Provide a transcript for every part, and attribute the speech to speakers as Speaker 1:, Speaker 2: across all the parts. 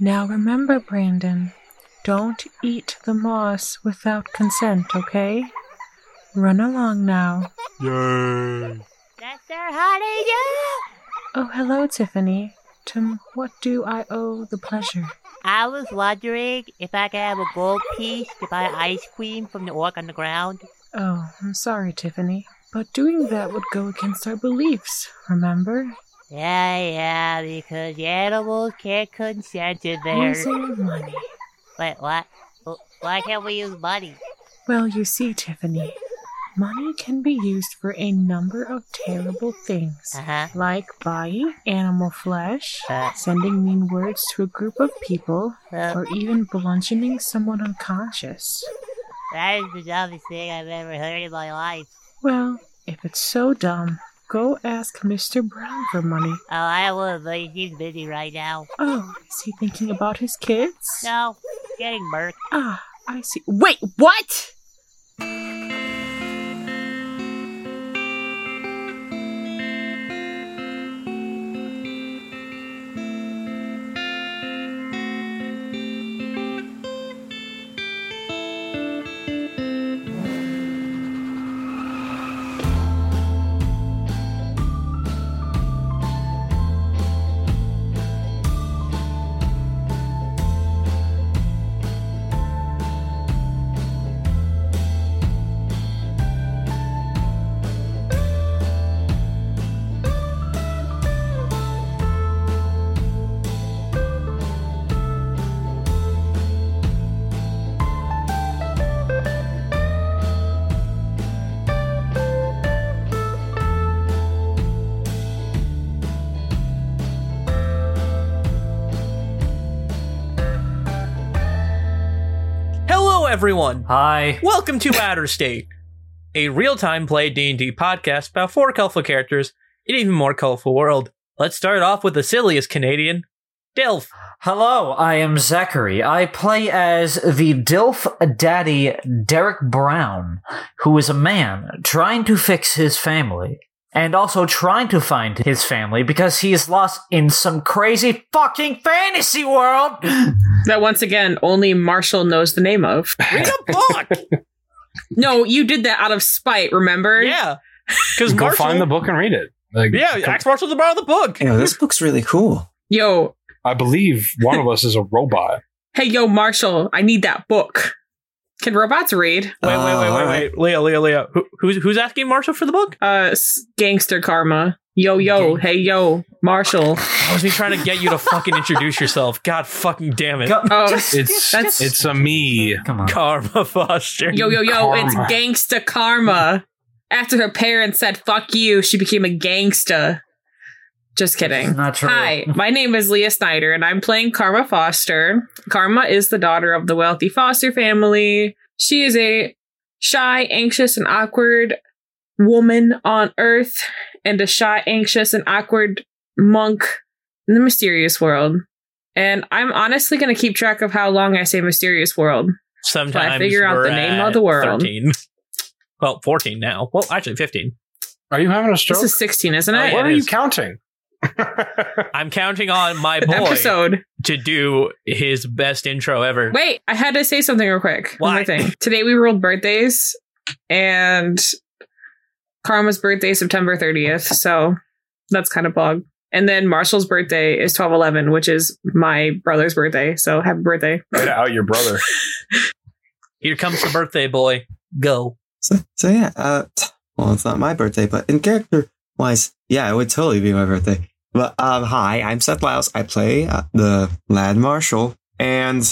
Speaker 1: Now remember, Brandon, don't eat the moss without consent, okay? Run along now.
Speaker 2: Yay!
Speaker 3: That's our hallelujah.
Speaker 1: Oh, hello, Tiffany. To what do I owe the pleasure?
Speaker 3: I was wondering if I could have a gold piece to buy ice cream from the orc on the ground.
Speaker 1: Oh, I'm sorry, Tiffany, but doing that would go against our beliefs, remember?
Speaker 3: Yeah, yeah, because the animals can't consent to theirs.
Speaker 1: Using money.
Speaker 3: Wait, what? Wh- Why can't we use money?
Speaker 1: Well, you see, Tiffany, money can be used for a number of terrible things,
Speaker 3: Uh huh.
Speaker 1: like buying animal flesh,
Speaker 3: Uh.
Speaker 1: sending mean words to a group of people,
Speaker 3: Uh,
Speaker 1: or even bludgeoning someone unconscious.
Speaker 3: that is the dumbest thing I've ever heard in my life.
Speaker 1: Well, if it's so dumb, go ask Mr. Brown for money.
Speaker 3: Oh, I would, but he's busy right now.
Speaker 1: Oh, is he thinking about his kids?
Speaker 3: No, getting murked.
Speaker 1: Ah, I see. Wait, what?
Speaker 4: Hello, everyone.
Speaker 5: Hi.
Speaker 4: Welcome to Outer State, a real-time play D&D podcast about four colorful characters in an even more colorful world. Let's start off with the silliest Canadian, Dilf.
Speaker 5: Hello, I am Zachary. I play as the DILF daddy Derek Brown, who is a man trying to fix his family and also trying to find his family because he is lost in some crazy fucking fantasy world.
Speaker 6: That once again, only Marshall knows the name of.
Speaker 4: Read a book!
Speaker 6: No, you did that out of spite, remember?
Speaker 4: yeah. Because
Speaker 2: Go
Speaker 4: Marshall...
Speaker 2: find the book and read it. Like,
Speaker 4: Yeah,
Speaker 2: come-
Speaker 4: ask Marshall to borrow the book.
Speaker 7: You know, this book's really cool.
Speaker 6: Yo,
Speaker 2: I believe one of us is a robot.
Speaker 6: hey, yo, Marshall, I need that book. Can robots read?
Speaker 4: Wait, wait,
Speaker 7: Uh,
Speaker 4: wait, wait,
Speaker 7: all
Speaker 4: wait. Leah, Leah, Leah. Who, who's, who's asking Marshall for the book?
Speaker 6: Uh, s- gangster karma. Yo, yo,
Speaker 4: Gang-
Speaker 6: hey, yo, Marshall.
Speaker 4: That was me trying to get you to fucking introduce yourself. God fucking damn it.
Speaker 5: Go-
Speaker 6: Oh,
Speaker 2: It's
Speaker 6: That's-
Speaker 2: it's a me.
Speaker 5: Come on.
Speaker 4: Karma Foster.
Speaker 6: Yo, yo, yo, it's
Speaker 2: Karma.
Speaker 6: gangster karma. After her parents said "fuck you," she became a gangsta. Just
Speaker 5: It's
Speaker 6: kidding.
Speaker 5: not true.
Speaker 6: Hi, my name is Leah Snyder, and I'm playing Karma Foster. Karma is the daughter of the wealthy Foster family. She is a shy, anxious, and awkward woman on Earth, and a shy, anxious, and awkward monk in the mysterious world. And I'm honestly going to keep track of how long I say mysterious world.
Speaker 4: Sometimes
Speaker 6: I figure out
Speaker 4: we're
Speaker 6: the name
Speaker 4: at
Speaker 6: of the world.
Speaker 4: 13. Well, 14 now. Well, actually 15.
Speaker 2: Are you having a stroke?
Speaker 6: This is 16, isn't
Speaker 4: Oh,
Speaker 6: it?
Speaker 4: yeah,
Speaker 2: what
Speaker 4: it
Speaker 2: are you
Speaker 4: is.
Speaker 2: counting?
Speaker 4: I'm counting on my boy
Speaker 6: episode.
Speaker 4: to do his best intro ever.
Speaker 6: Wait, I had to say something real quick. One
Speaker 4: Why?
Speaker 6: more thing. Today we rolled birthdays, and Karma's birthday is September 30th, so that's kind of bog. And then Marshall's birthday is 1211, which is my brother's birthday. So happy birthday.
Speaker 2: Right out your brother.
Speaker 4: Here comes the birthday boy. Go.
Speaker 7: So, so yeah, uh, t- well, it's not my birthday, but in character wise, yeah, it would totally be my birthday. But um, hi, I'm Seth Lyles. I play uh, the Lad Marshal, and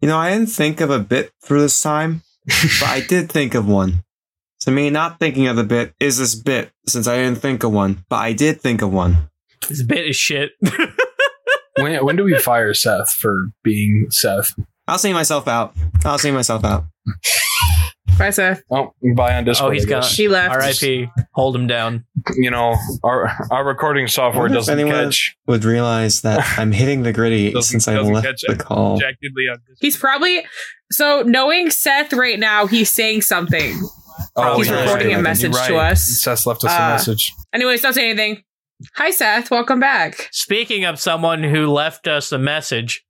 Speaker 7: you know, I didn't think of a bit for this time, but I did think of one. To me, not thinking of the bit is this bit, since I didn't think of one, but I did think of one.
Speaker 4: This bit is shit.
Speaker 2: when when do we fire Seth for being Seth?
Speaker 7: I'll see myself out. I'll see myself out.
Speaker 6: Bye, Seth.
Speaker 2: Oh, bye on Discord.
Speaker 4: Oh, he's
Speaker 2: I guess.
Speaker 6: She left.
Speaker 4: R.I.P. Hold him down.
Speaker 2: You know, our our recording software
Speaker 7: Wonder if
Speaker 2: doesn't
Speaker 7: anyone-
Speaker 2: catch.
Speaker 7: Would realize that I'm hitting the gritty
Speaker 2: Doesn't-
Speaker 7: since I
Speaker 2: doesn't
Speaker 7: left
Speaker 2: catch
Speaker 7: the
Speaker 2: it.
Speaker 7: call.
Speaker 2: Objectively on Discord.
Speaker 6: He's probably so knowing Seth right now, he's saying something.
Speaker 2: Oh,
Speaker 6: He's
Speaker 2: you're
Speaker 6: recording
Speaker 2: right.
Speaker 6: a
Speaker 2: You're
Speaker 6: message to
Speaker 2: right.
Speaker 6: us.
Speaker 2: Seth left us
Speaker 6: Uh,
Speaker 2: a message.
Speaker 6: Anyway, don't say anything. Hi, Seth. Welcome back.
Speaker 4: Speaking of someone who left us a message,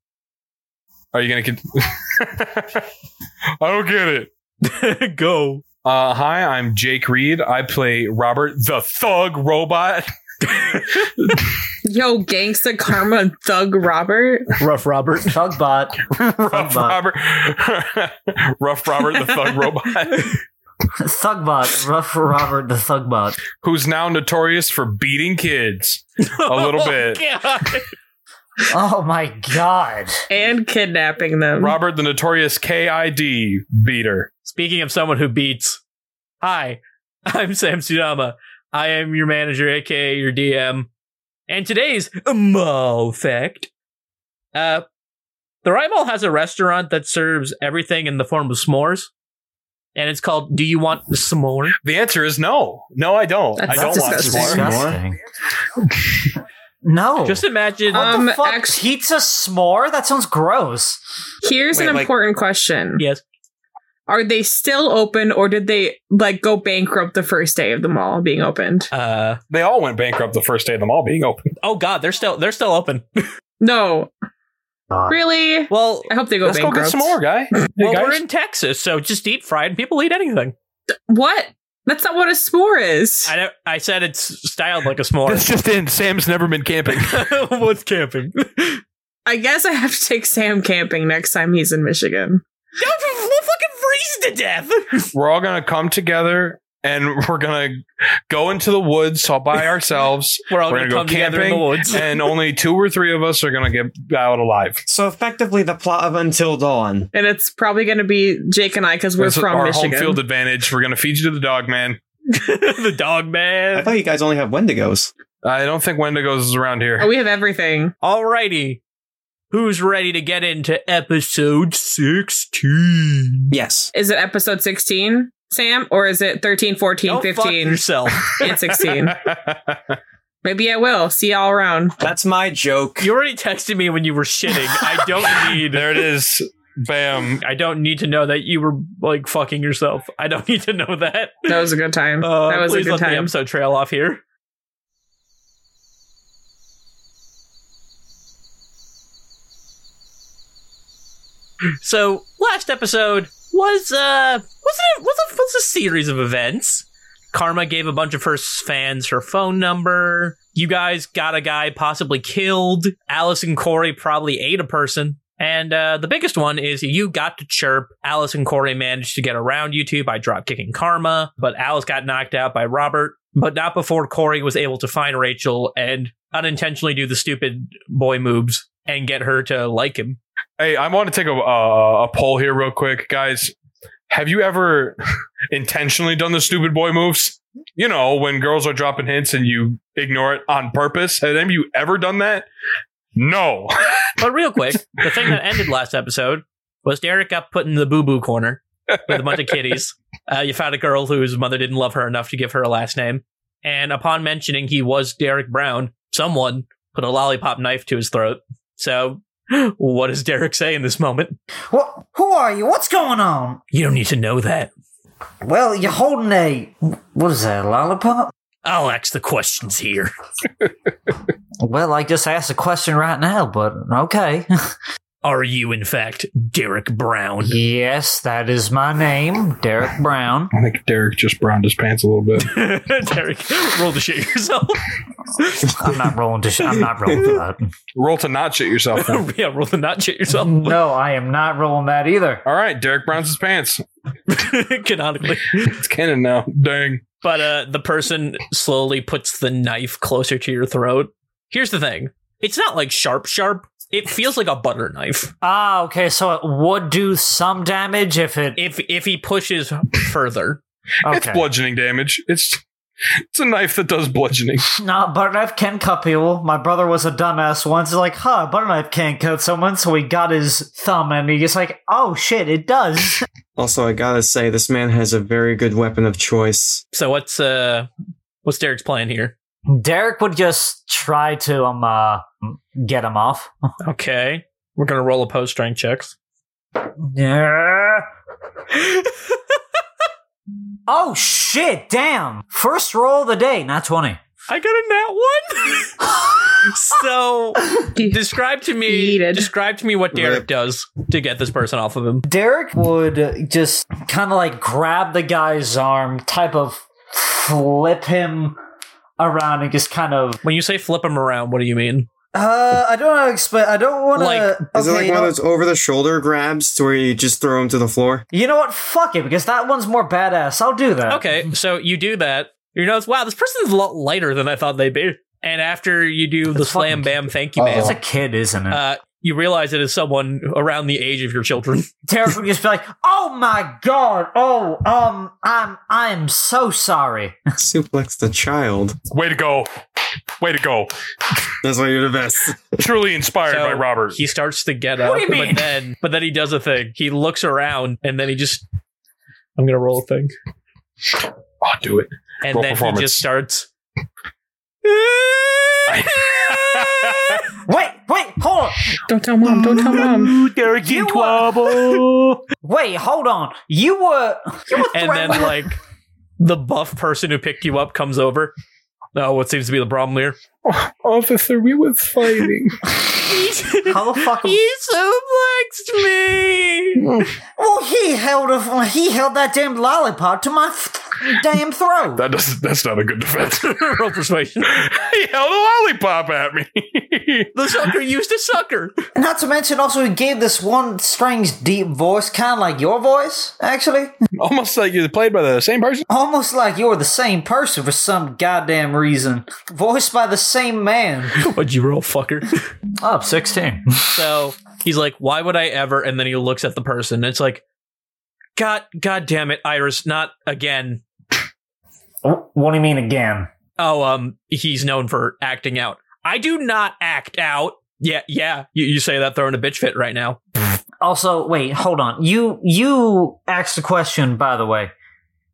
Speaker 2: Are you gonna? Con- I don't get it.
Speaker 4: Go.
Speaker 2: Uh, hi, I'm Jake Reed. I play Robert the Thug Robot.
Speaker 6: Yo, gangsta karma and thug Robert.
Speaker 4: Rough Robert.
Speaker 5: Thugbot.
Speaker 2: Rough
Speaker 5: Robot.
Speaker 2: Robert. Rough Robert the Thug Robot,
Speaker 5: Thugbot. Rough Robert the Thugbot.
Speaker 2: who's now notorious for beating kids a little bit.
Speaker 5: Oh my god.
Speaker 6: and kidnapping them.
Speaker 2: Robert the notorious KID beater.
Speaker 4: Speaking of someone who beats, hi, I'm Sam Sudama. I am your manager, aka your DM. And today's Mo fact. Uh, the Rymal has a restaurant that serves everything in the form of s'mores. And it's called Do You Want S'more?
Speaker 2: The answer is no. No, I don't.
Speaker 6: That's
Speaker 2: I don't want
Speaker 6: disgusting.
Speaker 2: s'more.
Speaker 5: Disgusting. no.
Speaker 4: Just imagine.
Speaker 5: what
Speaker 6: Um,
Speaker 5: the fuck?
Speaker 6: act-
Speaker 5: Pizza s'more? That sounds gross.
Speaker 6: Here's
Speaker 7: Wait,
Speaker 6: an
Speaker 7: like-
Speaker 6: important question.
Speaker 4: yes.
Speaker 6: Are they still open or did they like go bankrupt the first day of the mall being opened?
Speaker 4: Uh,
Speaker 2: They all went bankrupt the first day of them all being open.
Speaker 4: oh God, they're still they're still open.
Speaker 6: No.
Speaker 5: God.
Speaker 6: Really?
Speaker 4: Well,
Speaker 6: I hope they go
Speaker 2: Let's go
Speaker 6: bankrupt.
Speaker 2: get some more, guy. Hey,
Speaker 4: well,
Speaker 2: guys.
Speaker 4: we're in Texas, so just deep fried and people eat anything.
Speaker 6: What? That's not what a s'more is.
Speaker 4: I don't, I said it's styled like a s'more.
Speaker 2: That's just in. Sam's never been camping.
Speaker 4: What's camping?
Speaker 6: I guess I have to take Sam camping next time he's in Michigan.
Speaker 4: We'll fucking freeze to death.
Speaker 2: we're all gonna come together and we're gonna go into the woods all by ourselves.
Speaker 4: We're all
Speaker 2: We're
Speaker 4: gonna,
Speaker 2: gonna go
Speaker 4: come together in the
Speaker 2: camping
Speaker 4: woods.
Speaker 2: and only two or three of us are gonna get out alive.
Speaker 7: So effectively, the plot of Until Dawn.
Speaker 6: And it's probably going to be Jake and I because we're
Speaker 2: That's
Speaker 6: from
Speaker 2: our
Speaker 6: Michigan.
Speaker 2: home field advantage. We're gonna feed you to the dog, man.
Speaker 4: the dog
Speaker 7: I
Speaker 4: man.
Speaker 7: thought you guys only have Wendigos.
Speaker 2: I don't think Wendigos is around here.
Speaker 6: Oh, we have everything.
Speaker 4: Alrighty. Who's ready to get into episode 16?
Speaker 7: Yes.
Speaker 6: Is it episode 16, Sam? Or is it 13, 14,
Speaker 4: Don't fuck
Speaker 6: 15,
Speaker 4: yourself.
Speaker 6: and 16? Maybe I will. See y'all around.
Speaker 7: That's my joke.
Speaker 4: You already texted me when you were shitting. I don't need
Speaker 2: there it is. Bam.
Speaker 4: I don't need to know that you were like fucking yourself. I don't need to know that.
Speaker 6: That was a good time.
Speaker 4: Uh,
Speaker 6: that was a
Speaker 4: please
Speaker 6: good
Speaker 4: let the
Speaker 6: time.
Speaker 4: episode trail off here. So last episode was uh was it was a was a series of events. Karma gave a bunch of her s- fans her phone number. You guys got a guy possibly killed. Alice and Corey probably ate a person. And uh, the biggest one is you got to chirp. Alice and Corey managed to get around you two by drop kicking Karma, but Alice got knocked out by Robert. But not before Corey was able to find Rachel and unintentionally do the stupid boy moves and get her to like him.
Speaker 2: Hey, I want to take a, uh, a poll here real quick, guys. Have you ever intentionally done the stupid boy moves? You know, when girls are dropping hints and you ignore it on purpose. Have you ever done that? No.
Speaker 4: But real quick, the thing that ended last episode was Derek got put in the boo boo corner with a bunch of kitties. Uh, you found a girl whose mother didn't love her enough to give her a last name. And upon mentioning he was Derek Brown, someone put a lollipop knife to his throat. So, what does Derek say in this moment?
Speaker 5: What? Who are you? What's going on?
Speaker 4: You don't need to know that.
Speaker 5: Well, you're holding a. What is that, a lollipop?
Speaker 4: I'll ask the questions here.
Speaker 5: Well, I just asked a question right now, but okay.
Speaker 4: Are you, in fact, Derek Brown?
Speaker 5: yes, that is my name, Derek Brown.
Speaker 2: I think Derek just browned his pants a little bit.
Speaker 4: Derek, roll the shit yourself.
Speaker 5: I'm not rolling to. Sh- I'm not rolling for that.
Speaker 2: Roll to not shit yourself. then.
Speaker 4: yeah, roll the not shit yourself.
Speaker 5: No, I am not rolling that either.
Speaker 2: All right, Derek browns his pants.
Speaker 4: Canonically.
Speaker 2: It's canon now. Dang.
Speaker 4: But uh, the person slowly puts the knife closer to your throat. Here's the thing it's not like sharp, sharp. It feels like a butter knife
Speaker 5: Ah, okay. So it would do some damage if it.
Speaker 4: if if he pushes further.
Speaker 5: Okay.
Speaker 2: It's bludgeoning damage. It's it's a knife that does bludgeoning.
Speaker 5: No, butter knife can cut people. My brother was a dumbass once. He's like, huh, butter knife can't cut someone. So he got his thumb and he just like, oh shit, it does.
Speaker 7: Also, I gotta say, this man has a very good weapon of choice.
Speaker 4: So what's uh what's Derek's plan here?
Speaker 5: Derek would just try to um uh, get him off.
Speaker 4: Okay. We're gonna roll opposed strength checks.
Speaker 5: Yeah. oh shit, damn. First roll of the day, not 20.
Speaker 4: I got a nat one. so describe to me
Speaker 6: Yeeted.
Speaker 4: describe to me what Derek
Speaker 7: Rip.
Speaker 4: does to get this person off of him.
Speaker 5: Derek would just kind of like grab the guy's arm, type of flip him around, and just kind of.
Speaker 4: When you say flip him around, what do you mean?
Speaker 5: Uh, I don't know. Explain. I don't want to.
Speaker 4: Like,
Speaker 7: Is it like one of those over the shoulder grabs to where you just throw him to the floor?
Speaker 5: You know what? Fuck it, because that one's more badass. I'll do that.
Speaker 4: Okay, so you do that. You notice, wow, this person's a lot lighter than I thought they'd be. And after you do the
Speaker 5: That's
Speaker 4: slam
Speaker 5: fucking-
Speaker 4: bam thank you
Speaker 8: Uh-oh.
Speaker 5: It's
Speaker 4: man,
Speaker 5: a kid, isn't it?
Speaker 4: uh, you realize it is someone around the age of your children.
Speaker 5: Derek would just be like, "Oh my god! Oh, um, I'm, I'm so sorry."
Speaker 7: Suplex the child.
Speaker 2: Way to go. Way to go.
Speaker 7: That's why you're the best.
Speaker 2: Truly inspired
Speaker 4: So,
Speaker 2: by Robert.
Speaker 4: He starts to get up,
Speaker 5: What do you mean?
Speaker 4: but then but then he does a thing. He looks around and then he just I'm gonna roll a thing.
Speaker 2: I'll do it.
Speaker 4: And
Speaker 2: Roll
Speaker 4: then he
Speaker 2: performance.
Speaker 4: just starts
Speaker 5: Wait, wait, hold on.
Speaker 6: Don't tell mom. Don't tell mom.
Speaker 5: Derek in Wait, hold on. You were, you were
Speaker 4: and then
Speaker 5: threatened-
Speaker 4: like the buff person who picked you up comes over. Oh, what seems to be the problem here?
Speaker 2: Oh, Officer, we was fighting.
Speaker 5: how the fuck?
Speaker 4: He suplexed me.
Speaker 5: Well, he held a, he held that damn lollipop to my f- damn throat.
Speaker 2: That doesn't that's not a good defense. he
Speaker 4: Roll persuasion.
Speaker 2: held a lollipop at me.
Speaker 4: The sucker used a sucker.
Speaker 5: Not to mention, also, he gave this one strange deep voice, kind of like your voice, actually.
Speaker 2: Almost like you're played by the same person.
Speaker 5: Almost like you're the same person for some goddamn reason. Voiced by the same man.
Speaker 4: What'd you roll, fucker?
Speaker 5: Up 16.
Speaker 4: So he's like, "Why would I ever?" And then he looks at the person. And it's like, "God, God damn it, Iris, not again."
Speaker 5: What do you mean again?
Speaker 4: Oh, um, he's known for acting out. I do not act out. Yeah, yeah. You, you say that throwing a bitch fit right now.
Speaker 5: Also, wait, hold on. You you asked a question, by the way.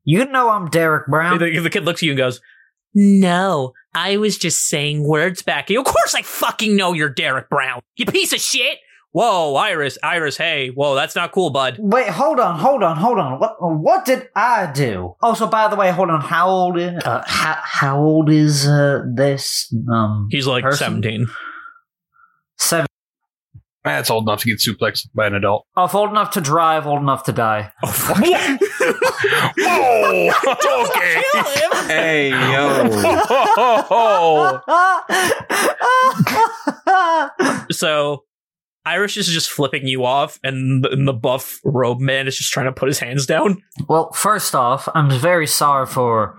Speaker 5: You know I'm Derek Brown.
Speaker 4: The, the kid looks at you and goes, "No, I was just saying words back." at You, of course, I fucking know you're Derek Brown. You piece of shit. Whoa, Iris, Iris, hey, whoa, that's not cool, bud.
Speaker 5: Wait, hold on, hold on, hold on. What what did I do? Also, by the way, hold on. How old is uh, how, how old is uh, this um
Speaker 4: He's like
Speaker 5: Person?
Speaker 4: seventeen.
Speaker 5: seven?
Speaker 2: That's old enough to get suplexed by an adult.
Speaker 5: Of old enough to drive, old enough to die.
Speaker 4: Oh fuck.
Speaker 2: Whoa! okay.
Speaker 7: hey, yo.
Speaker 2: Oh,
Speaker 5: Ah!
Speaker 4: So Irish is just flipping you off, and the, and the buff robe man is just trying to put his hands down.
Speaker 5: Well, first off, I'm very sorry for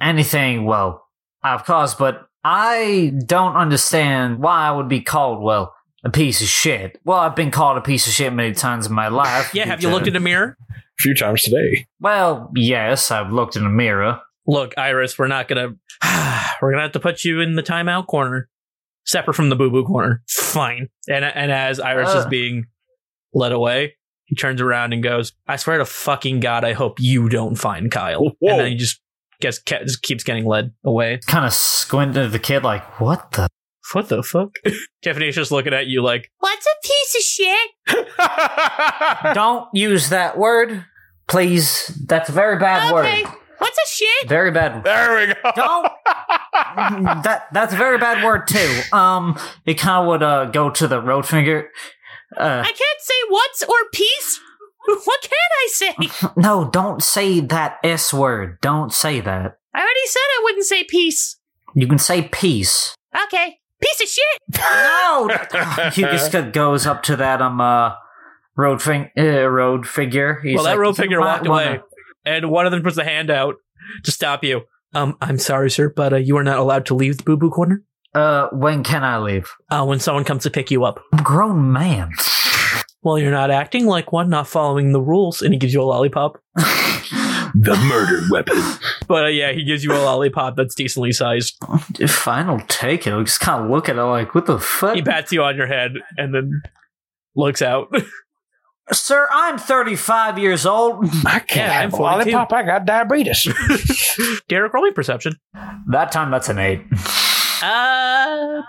Speaker 5: anything, well, I've caused, but I don't understand why I would be called, well, a piece of shit. Well, I've been called a piece of shit many times in my life.
Speaker 4: Yeah, have you looked in a mirror?
Speaker 2: a few times today.
Speaker 5: Well, yes, I've looked in a mirror.
Speaker 4: Look, Iris, we're not gonna. we're gonna have to put you in the timeout corner, separate from the boo boo corner. Fine. And and as Iris is
Speaker 5: Uh.
Speaker 4: being led away, he turns around and goes, "I swear to fucking god, I hope you don't find Kyle."
Speaker 2: Whoa.
Speaker 4: And then he just gets ke- just keeps getting led away.
Speaker 5: Kind of squinted at the kid, like, what the?
Speaker 4: What the fuck? Tiffany's just looking at you like,
Speaker 3: What's a piece of shit?
Speaker 5: don't use that word, please. That's a very bad
Speaker 3: Okay.
Speaker 5: word.
Speaker 3: What's a shit?
Speaker 5: Very bad.
Speaker 2: there we go.
Speaker 5: Don't that that's a very bad word too. Um, it kind of would uh go to the road finger. Uh,
Speaker 3: I can't say what's or piece. What can I say?
Speaker 5: no, don't say that s word. Don't say that.
Speaker 3: I already said I wouldn't say piece.
Speaker 5: You can say peace.
Speaker 3: Okay. Piece of shit.
Speaker 5: No, he just go- goes up to that um uh road fing- uh, road figure. He's
Speaker 4: well, that
Speaker 5: like,
Speaker 4: road
Speaker 5: "You
Speaker 4: figure
Speaker 5: might
Speaker 4: walked
Speaker 5: wanna-
Speaker 4: away, and one of them puts a hand out to stop you. Um, I'm sorry, sir, but uh, you are not allowed to leave the boo boo corner
Speaker 5: Uh, when can I leave?
Speaker 4: uh, when someone comes to pick you up.
Speaker 5: I'm a grown man.
Speaker 4: Well, you're not acting like one, not following the rules, and he gives you a lollipop.
Speaker 2: The murder weapon.
Speaker 4: But uh, yeah, he gives you a lollipop that's decently sized.
Speaker 5: Fine, I'll take it. I'll just kind of look at it like, what the fuck?
Speaker 4: He pats you on your head and then looks out.
Speaker 5: Sir, I'm 35 years old.
Speaker 8: I can't
Speaker 4: Yeah, I'm
Speaker 8: have a lollipop. I got diabetes.
Speaker 4: Derek, roll me perception.
Speaker 5: That time, that's an eight.
Speaker 4: Uh,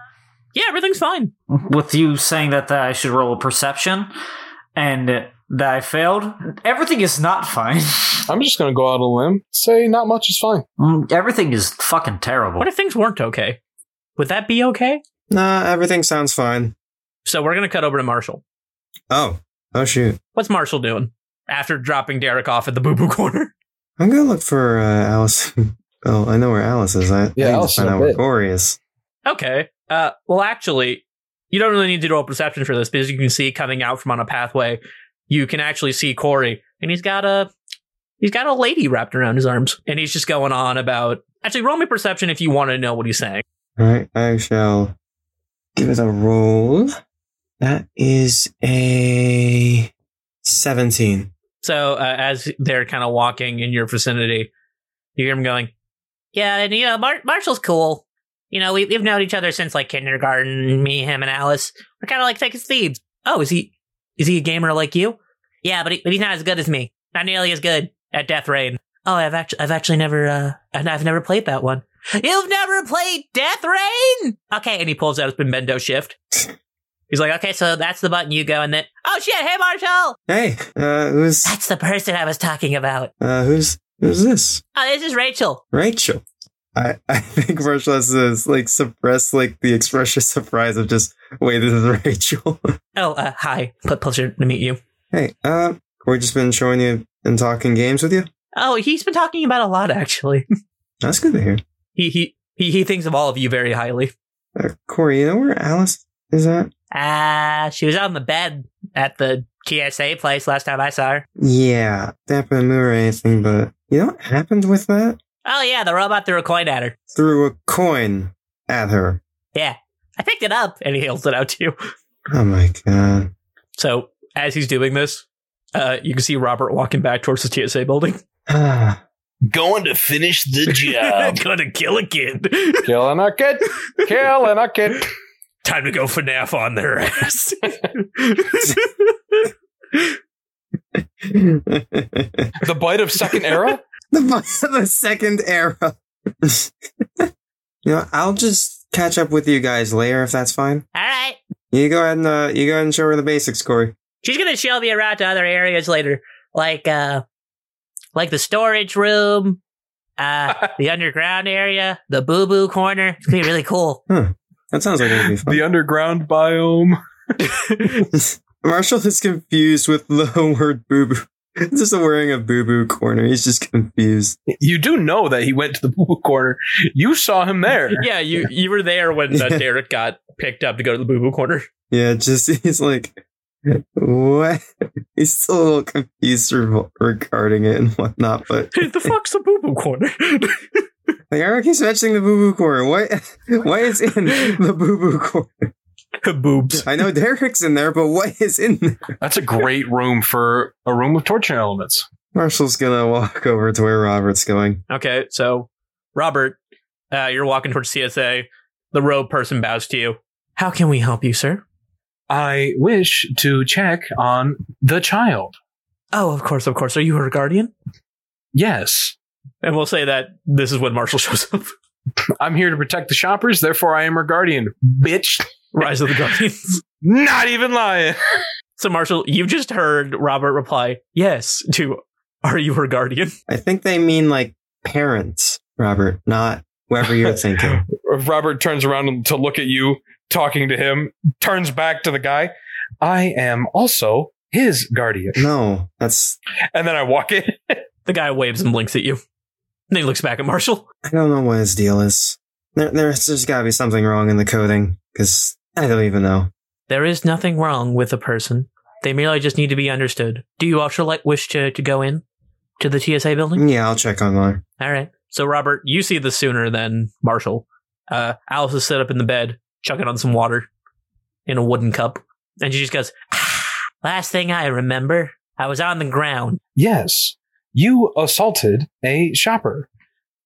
Speaker 4: yeah, everything's fine.
Speaker 2: Mm-hmm.
Speaker 5: with you saying that, that I should roll a perception, and that I failed. Everything is not fine.
Speaker 2: I'm just gonna go out on a limb, say not much is fine.
Speaker 5: Mm, Everything is fucking terrible.
Speaker 4: What if things weren't okay? Would that be okay?
Speaker 7: Nah, everything sounds fine.
Speaker 4: So we're gonna cut over to Marshall.
Speaker 7: Oh. Oh, shoot.
Speaker 4: What's Marshall doing after dropping Derek off at the boo boo corner?
Speaker 7: I'm going to look for uh, Alice. Oh, I know where Alice is.
Speaker 9: Yeah,
Speaker 7: I, I need to
Speaker 9: Alice
Speaker 7: find
Speaker 9: in a
Speaker 7: out where
Speaker 9: bit.
Speaker 7: Corey is.
Speaker 4: Okay. Uh, well, actually, you don't really need to do a perception for this because you can see coming out from on a pathway. You can actually see Corey, and he's got a he's got a lady wrapped around his arms, and he's just going on about. Actually, roll me perception if you want to know what he's saying.
Speaker 7: All right, I shall give it a roll. That is a 17.
Speaker 4: So uh, as they're kind of walking in your vicinity, you hear him going, "Yeah, and you know, Mar- Marshall's cool. You know, we, we've known each other since like kindergarten. Me, him, and Alice. We're kind of like thick as thieves. Oh, is he? Is he a gamer like you? Yeah, but, he, but he's not as good as me. Not nearly as good at Death Rain. Oh, I've actually, I've actually never, uh, I've I've never played that one. You've never played Death Rain? Okay, and he pulls out his Nintendo Shift. He's like, okay, so that's the button you go, and then, oh shit, hey Marshall,
Speaker 7: Hey, uh, who's
Speaker 4: that's the person I was talking about.
Speaker 7: uh, who's who's this?
Speaker 3: Oh, this is Rachel.
Speaker 7: Rachel. I, I think Marshall has to like suppress like the expression of surprise of just wait, this is Rachel.
Speaker 4: Oh, uh, hi. Pl- pleasure to meet you.
Speaker 7: hey, uh, Corey just been showing you and talking games with you.
Speaker 4: Oh, he's been talking about a lot actually.
Speaker 7: That's good to hear.
Speaker 4: he he he, he thinks of all of you very highly.
Speaker 7: Uh, Corey, you know where Alice is at?
Speaker 3: Ah, she was on the bed at the TSA place last time I saw her.
Speaker 7: Yeah, Dapper and Moo or anything, but you know what happened with that?
Speaker 3: Oh yeah, the robot threw a coin at her.
Speaker 7: Threw a coin at her.
Speaker 3: I picked it up.
Speaker 4: And he holds it out to you.
Speaker 7: Oh my god.
Speaker 4: So as he's doing this, uh, you can see Robert walking back towards the TSA building.
Speaker 7: Ah,
Speaker 9: Going to finish the job.
Speaker 4: Gonna kill a kid.
Speaker 2: Killing our kid, killing our kid.
Speaker 4: Time to go FNAF on their ass.
Speaker 7: the,
Speaker 2: The bite of second era.
Speaker 7: bu- the second arrow. you know, I'll just catch up with you guys later if that's fine.
Speaker 3: All right,
Speaker 7: You go ahead and uh, you go ahead and show her the basics, Corey.
Speaker 3: she's gonna show me around to other areas later, like uh, like the storage room, uh, the underground area, the boo boo corner. It's gonna be really cool.
Speaker 7: That sounds like it'd be fun.
Speaker 2: The underground biome.
Speaker 7: Marshall is confused with the word boo boo. Just the wearing of boo boo corner. He's just confused.
Speaker 2: You do know that he went to the boo corner. You saw him there.
Speaker 4: yeah, you you were there when uh, Derek got picked up to go to the boo boo corner.
Speaker 7: Yeah, just he's like, what? He's still a little confused re- regarding it and whatnot, but
Speaker 4: the fuck's the boo boo corner?
Speaker 7: like Eric keeps mentioning the boo boo corner. What? What is in the boo boo corner?
Speaker 4: Boobs.
Speaker 7: I know Derek's in there, but what is in there?
Speaker 2: That's a great room for a room of torture elements.
Speaker 7: Marshall's gonna walk over to where Robert's going.
Speaker 4: Okay, so Robert, uh, you're walking towards CSA. The robe person bows to you. How can we help you, sir?
Speaker 2: I wish to check on the child.
Speaker 4: Oh, of course, of course. Are you her guardian?
Speaker 2: Yes,
Speaker 4: And we'll say that this is when Marshall shows up.
Speaker 2: I'm here to protect the shoppers. Therefore, I am her guardian. Bitch,
Speaker 4: Rise of the Guardians.
Speaker 2: not even lying.
Speaker 4: so, Marshall, you've just heard Robert reply, yes, to Are you her guardian?
Speaker 7: I think they mean like parents, Robert, not whoever you're thinking.
Speaker 2: Robert turns around to look at you, talking to him. Turns back to the guy. I am also his guardian.
Speaker 7: No, that's
Speaker 2: And then I walk in.
Speaker 4: The guy waves and blinks at you. Then he looks back at Marshall.
Speaker 7: I don't know what his deal is. There, there's there's gotta be something wrong in the coding because I don't even know.
Speaker 4: There is nothing wrong with a person. They merely just need to be understood. Do you also like wish to, to go in to the TSA building?
Speaker 7: Yeah, I'll check online.
Speaker 4: All right. So, Robert, you see this sooner than Marshall. Uh, Alice is set up in the bed, chucking on some water in a wooden cup. And she just goes,
Speaker 3: Ah, last thing I remember, I was on the ground.
Speaker 2: Yes, you assaulted a shopper.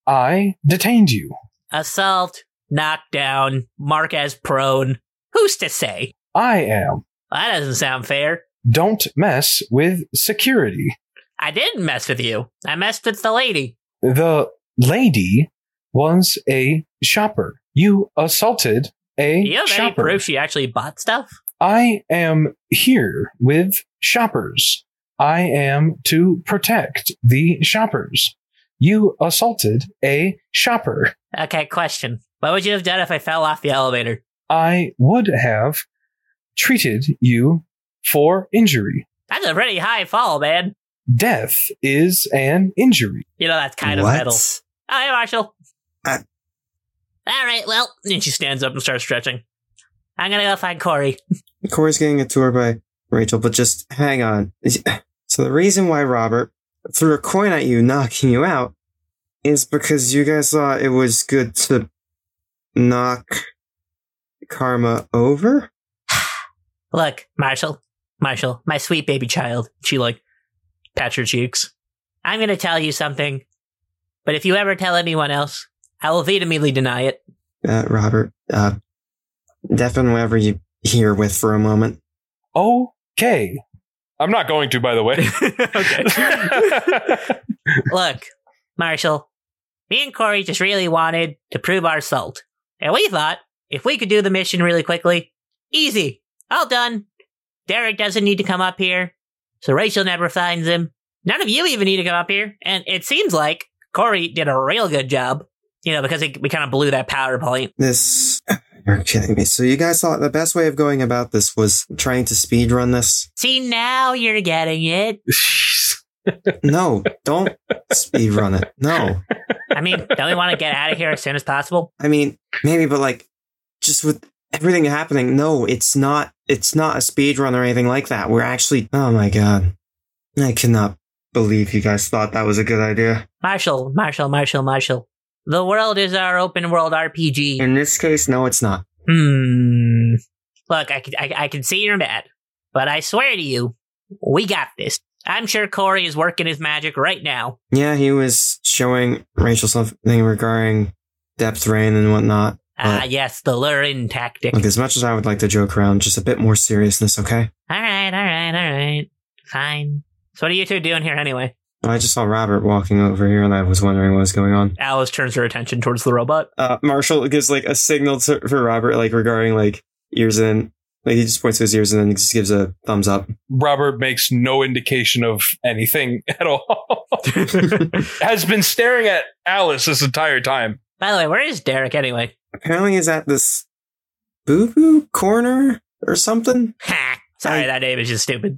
Speaker 2: I detained you.
Speaker 3: Assault, knockdown, mark as prone. Who's to say?
Speaker 2: I am.
Speaker 3: Well, that doesn't sound fair.
Speaker 2: Don't mess with security.
Speaker 3: I didn't mess with you. I messed with the lady.
Speaker 2: The lady was a shopper. You assaulted a
Speaker 3: Do you have any
Speaker 2: shopper.
Speaker 3: proof she actually bought stuff?
Speaker 2: I am here with shoppers. I am to protect the shoppers. You assaulted a shopper.
Speaker 3: Okay, question. What would you have done if I fell off the elevator?
Speaker 2: I would have treated you for injury.
Speaker 3: That's a pretty high fall, man.
Speaker 2: Death is an injury.
Speaker 3: You know, that's kind of
Speaker 7: what?
Speaker 3: metal. Oh, hey, Marshall.
Speaker 7: Uh.
Speaker 3: All right, well. And she stands up and starts stretching. I'm going to go find Corey.
Speaker 7: Corey's getting a tour by Rachel, but just hang on. So the reason why Robert threw a coin at you, knocking you out, is because you guys thought it was good to knock Karma over.
Speaker 3: Look, Marshall, Marshall, my sweet baby child.
Speaker 4: She like pats her cheeks.
Speaker 3: I'm going to tell you something, but if you ever tell anyone else, I will vehemently deny it.
Speaker 7: Uh, Robert, uh, deafen whatever you hear with for a moment.
Speaker 2: Okay. I'm not going to, by the way. okay.
Speaker 3: Look, Marshall, me and Corey just really wanted to prove our salt. And we thought if we could do the mission really quickly, easy, all done. Derek doesn't need to come up here, so Rachel never finds him. None of you even need to come up here. And it seems like Corey did a real good job, you know, because it, we kind of blew that PowerPoint.
Speaker 7: This. You're kidding me. So you guys thought the best way of going about this was trying to speed run this?
Speaker 3: See, now you're getting it.
Speaker 7: No, don't speed run it. No.
Speaker 3: I mean, don't we want to get out of here as soon as possible?
Speaker 7: I mean, maybe, but like, just with everything happening, no, it's not. It's not a speed run or anything like that. We're actually. Oh my god, I cannot believe you guys thought that was a good idea.
Speaker 3: Marshall, Marshall, Marshall, Marshall. The world is our open world RPG.
Speaker 7: In this case, no, it's not.
Speaker 3: Hmm. Look, I can, I, I can see you're mad, but I swear to you, we got this. I'm sure Corey is working his magic right now.
Speaker 7: Yeah, he was showing Rachel something regarding depth rain and whatnot.
Speaker 3: Ah,
Speaker 7: Right.
Speaker 3: yes, the luring tactic.
Speaker 7: Look, as much as I would like to joke around, just a bit more seriousness, okay?
Speaker 3: All right, all right, all right. Fine. So, what are you two doing here anyway?
Speaker 7: I just saw Robert walking over here, and I was wondering what was going on.
Speaker 4: Alice turns her attention towards the robot.
Speaker 7: Uh, Marshall gives like a signal to, for Robert, like regarding like ears in. Like he just points to his ears and then just gives a thumbs up.
Speaker 2: Robert makes no indication of anything at all. Has been staring at Alice this entire time.
Speaker 3: By the way, where is Derek anyway?
Speaker 7: apparently he's at this boo boo corner or something.
Speaker 3: Ha! Sorry,
Speaker 7: I-
Speaker 3: that name is just stupid.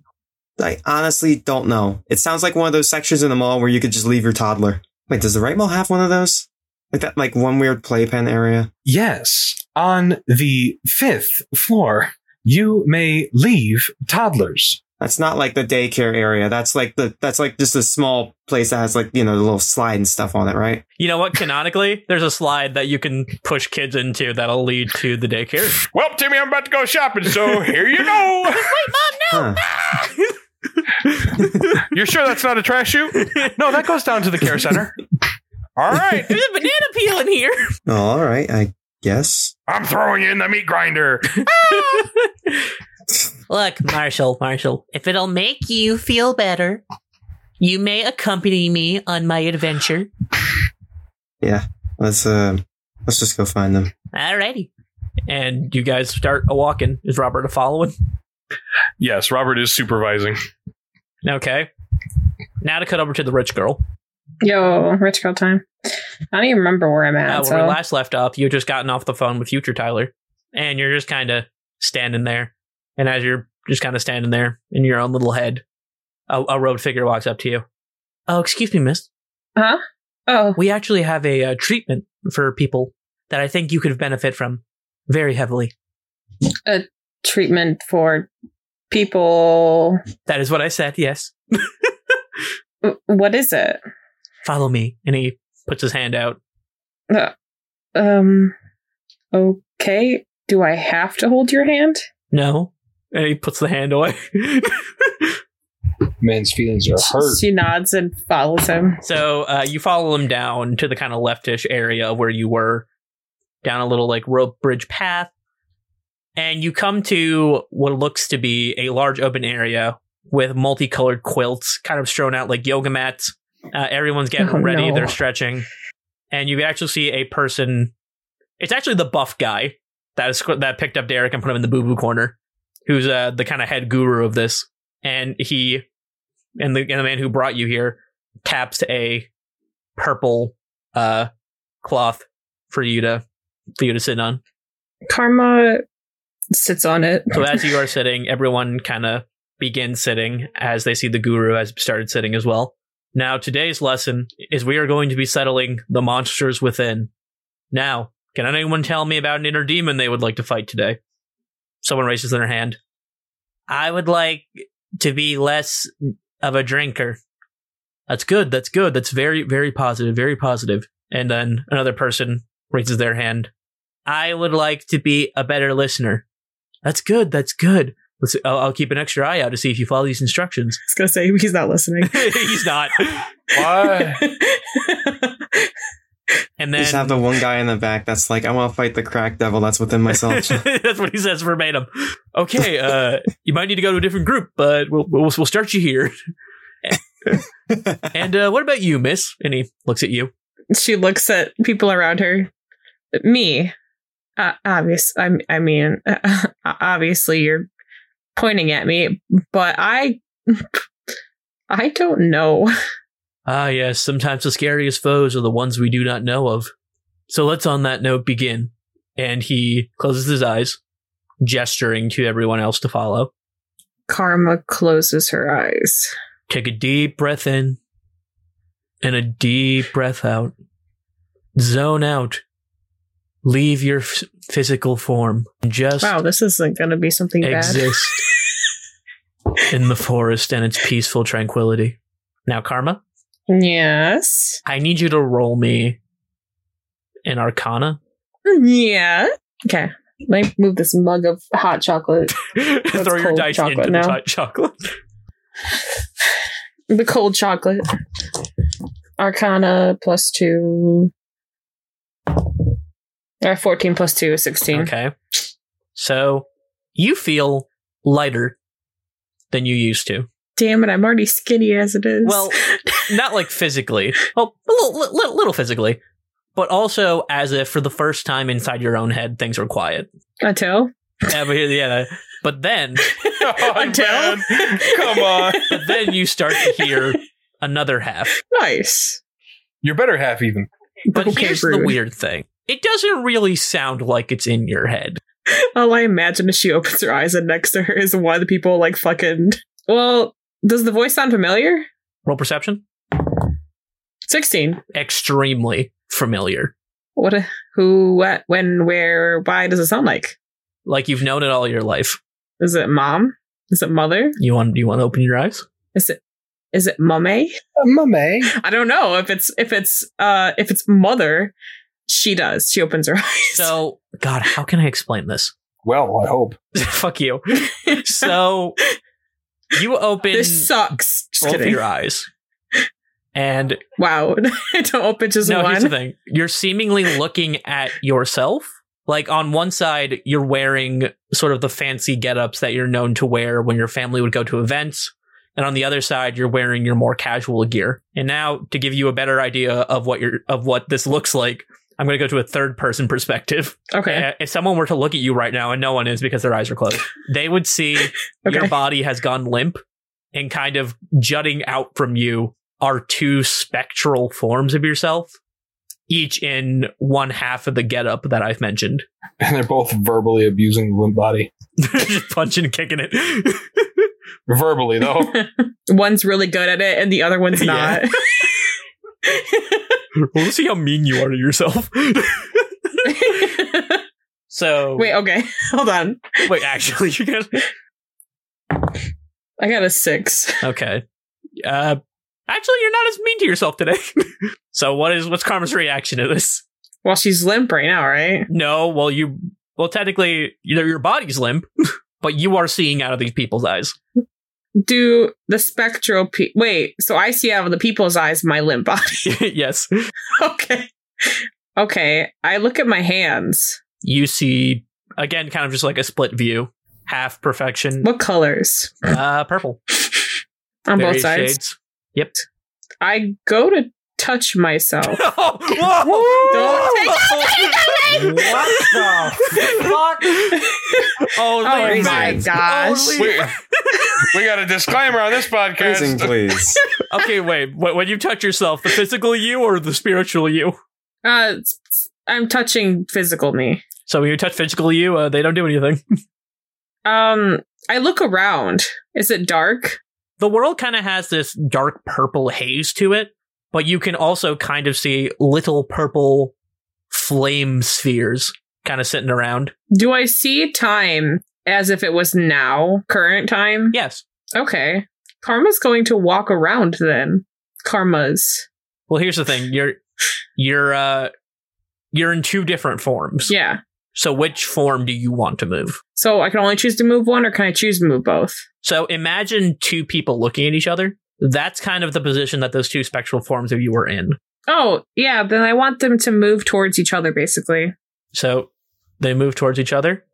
Speaker 7: I honestly don't know. It sounds like one of those sections in the mall where you could just leave your toddler. Wait, does the right mall have one of those? Like that, like one weird playpen area.
Speaker 2: Yes, on the fifth floor, you may leave toddlers.
Speaker 7: That's not like the daycare area. That's like the that's like just a small place that has like you know the little slide and stuff on it, right?
Speaker 4: You know what? Canonically, there's a slide that you can push kids into that'll lead to the daycare.
Speaker 2: Well, Timmy, I'm about to go shopping, so here you go.
Speaker 7: Huh.
Speaker 3: Ah!
Speaker 2: You're sure that's not a trash chute? No, that goes down to the care center. All right,
Speaker 3: There's a banana peel in here.
Speaker 7: Oh, all right, I guess.
Speaker 2: I'm throwing in the meat grinder.
Speaker 3: Look, Marshall, Marshall, if it'll make you feel better, you may accompany me on my adventure.
Speaker 7: Let's uh, let's just go find them.
Speaker 3: Alrighty.
Speaker 4: and you guys start a walking. Is Robert a following?
Speaker 2: Yes, Robert is supervising.
Speaker 4: Okay. Now to cut over to the rich girl.
Speaker 6: Yo, rich girl time. I don't even remember where I'm at.
Speaker 4: Uh, when
Speaker 6: so.
Speaker 4: we last left off, you had just gotten off the phone with future Tyler, and you're just kind of standing there. And as you're just kind of standing there in your own little head, a, a road figure walks up to you. Oh, excuse me, miss.
Speaker 6: huh? Oh,
Speaker 4: We actually have a uh, treatment for people that I think you could benefit from very heavily.
Speaker 6: treatment for people.
Speaker 4: That is what I said. Yes.
Speaker 6: Wh- What is it?
Speaker 4: Follow me. And he puts his hand out.
Speaker 6: Um. Okay. Do I have to hold your hand?
Speaker 4: No. And he puts the hand away.
Speaker 8: Man's feelings are hurt.
Speaker 6: She nods and follows him.
Speaker 4: So uh, you follow him down to the kind of leftish area of where you were, down a little like rope bridge path, and you come to what looks to be a large open area with multicolored quilts, kind of strewn out like yoga mats. Uh, everyone's getting
Speaker 6: Oh,
Speaker 4: ready;
Speaker 6: no.
Speaker 4: they're stretching, and you actually see a person. It's actually the buff guy that is that picked up Derek and put him in the boo boo corner, who's uh, the kind of head guru of this, and he and the and the man who brought you here taps a purple uh cloth for you to for you to sit on.
Speaker 6: Karma sits on it.
Speaker 4: So as you are sitting, everyone kind of begins sitting as they see the guru has started sitting as well. Now today's lesson is we are going to be settling the monsters within. Now, can anyone tell me about an inner demon they would like to fight today? Someone raises their hand.
Speaker 3: I would like
Speaker 4: to be less of a drinker. That's good. That's good. That's very, very positive. Very positive. And then another person raises their hand. I would like to be a better listener. That's good. That's good. Let's, I'll, I'll keep an extra eye out to see if you follow these instructions.
Speaker 6: I was gonna say he's not listening.
Speaker 4: He's not.
Speaker 2: Why?
Speaker 4: And
Speaker 7: Just have
Speaker 4: then
Speaker 7: the one guy in the back that's like, I want to fight the crack devil that's within myself.
Speaker 4: that's what he says verbatim. Okay, uh, you might need to go to a different group, but we'll we'll, we'll start you here. And uh, what about you, Miss? And he looks at you.
Speaker 6: she looks at people around her. Me, uh, obvious. I, I mean, obviously you're pointing at me, but I, I don't know.
Speaker 4: Ah, yes. Sometimes the scariest foes are the ones we do not know of. So let's, on that note, begin. And he closes his eyes, gesturing to everyone else to follow.
Speaker 6: Karma closes her eyes.
Speaker 4: Take a deep breath in and a deep breath out. Zone out. Leave your f- physical form. Just
Speaker 6: Wow, this isn't going to be something bad.
Speaker 4: exist in the forest and its peaceful tranquility. Now, Karma,
Speaker 6: Yes.
Speaker 4: I need you to roll me an arcana.
Speaker 6: Yeah. Okay. Let me move this mug of hot chocolate.
Speaker 4: Throw your
Speaker 6: cold
Speaker 4: dice
Speaker 6: chocolate
Speaker 4: into
Speaker 6: now.
Speaker 4: the hot chocolate.
Speaker 6: The cold chocolate. Arcana plus two. Or 14 plus two is 16.
Speaker 4: Okay. So you feel lighter than you used to.
Speaker 6: Damn it, I'm already skinny as it is.
Speaker 4: Well, not like physically. Well, a little, little, little physically, but also as if for the first time inside your own head, things were quiet.
Speaker 6: until.
Speaker 4: Yeah, but, yeah, but then,
Speaker 2: Oh, man. Come on.
Speaker 4: but then you start to hear another half.
Speaker 6: Nice.
Speaker 2: You're better half even.
Speaker 4: But
Speaker 6: Okay,
Speaker 4: here's the
Speaker 6: rude.
Speaker 4: weird thing: it doesn't really sound like it's in your head.
Speaker 6: All I imagine is she opens her eyes and next to her is one of the people like fucking. Well, does the voice sound familiar?
Speaker 4: Roll perception.
Speaker 6: 16.
Speaker 4: Extremely familiar.
Speaker 6: What, a, who, what, when, where, why does it sound like?
Speaker 4: Like you've known it all your life.
Speaker 6: Is it mom? Is it mother?
Speaker 4: You want? You want to open your eyes?
Speaker 6: Is it is it mummy?
Speaker 8: Mummy.
Speaker 6: I don't know if it's if it's uh if it's mother. She does. She opens her eyes.
Speaker 4: So, God, how can I explain this?
Speaker 2: Well, I hope.
Speaker 4: Fuck you. So, you open
Speaker 6: this sucks. Just
Speaker 4: both of
Speaker 6: kidding.
Speaker 4: your eyes, and
Speaker 6: Wow. don't open just
Speaker 4: no, here's the
Speaker 6: one.
Speaker 4: thing: you're seemingly looking at yourself. Like on one side, you're wearing sort of the fancy getups that you're known to wear when your family would go to events, and on the other side, you're wearing your more casual gear. And now, to give you a better idea of what you're of what this looks like, I'm going to go to a third person perspective.
Speaker 6: Okay.
Speaker 4: Uh, If someone were to look at you right now, and no one is because their eyes are closed, they would see your
Speaker 6: Okay.
Speaker 4: body has gone limp and kind of jutting out from you are two spectral forms of yourself, each in one half of the getup that I've mentioned.
Speaker 2: And they're both verbally abusing the limp body.
Speaker 4: Just punching and kicking it.
Speaker 2: Verbally, though.
Speaker 6: One's really good at it, and the other one's
Speaker 4: Yeah.
Speaker 6: not.
Speaker 4: well, let's see how mean you are to yourself. Oh, so
Speaker 6: Wait. Okay. Hold on.
Speaker 4: wait, actually, you guys
Speaker 6: I got a six.
Speaker 4: Okay. Uh, actually, you're not as mean to yourself today. so, what is what's Karma's reaction to this?
Speaker 6: Well, she's limp right now, right?
Speaker 4: No, well, you well technically your your body's limp, but you are seeing out of these people's eyes.
Speaker 6: Do the spectral pe- wait? So I see out of the people's eyes my limp body.
Speaker 4: yes,
Speaker 6: okay. Okay. I look at my hands.
Speaker 4: you see again, kind of just like a split view, half perfection,
Speaker 6: What colors?
Speaker 4: uh, purple
Speaker 6: On both
Speaker 4: Various
Speaker 6: sides.
Speaker 4: shades.
Speaker 6: I go to touch myself.
Speaker 4: Oh, whoa.
Speaker 6: Don't take
Speaker 5: What the fuck?
Speaker 4: Oh,
Speaker 6: Oh
Speaker 4: Larry.
Speaker 6: my gosh.
Speaker 2: We, we got a disclaimer on this
Speaker 7: Phrasing,
Speaker 2: podcast.
Speaker 7: please.
Speaker 4: okay, wait. Wh- When you touch yourself, the physical you or the spiritual you?
Speaker 6: Uh, it's- it's- I'm touching physical me.
Speaker 4: So when you touch physical you, uh, they don't do anything.
Speaker 6: Um, I look around. Is it dark?
Speaker 4: the world kind of has this dark purple haze to it, but you can also kind of see little purple flame spheres kind of sitting around.
Speaker 6: Do I see time as if it was now, current time?
Speaker 4: Yes.
Speaker 6: Okay. Karma's going to walk around then. Karma's.
Speaker 4: Well, here's the thing. You're you're uh you're in two different forms.
Speaker 6: Yeah.
Speaker 4: So which form do you want to move?
Speaker 6: So I can only choose to move one or can I choose to move both?
Speaker 4: So imagine two people looking at each other. That's kind of the position that those two spectral forms of you were in.
Speaker 6: Oh, yeah, then I want them to move towards each other basically.
Speaker 4: So they move towards each other,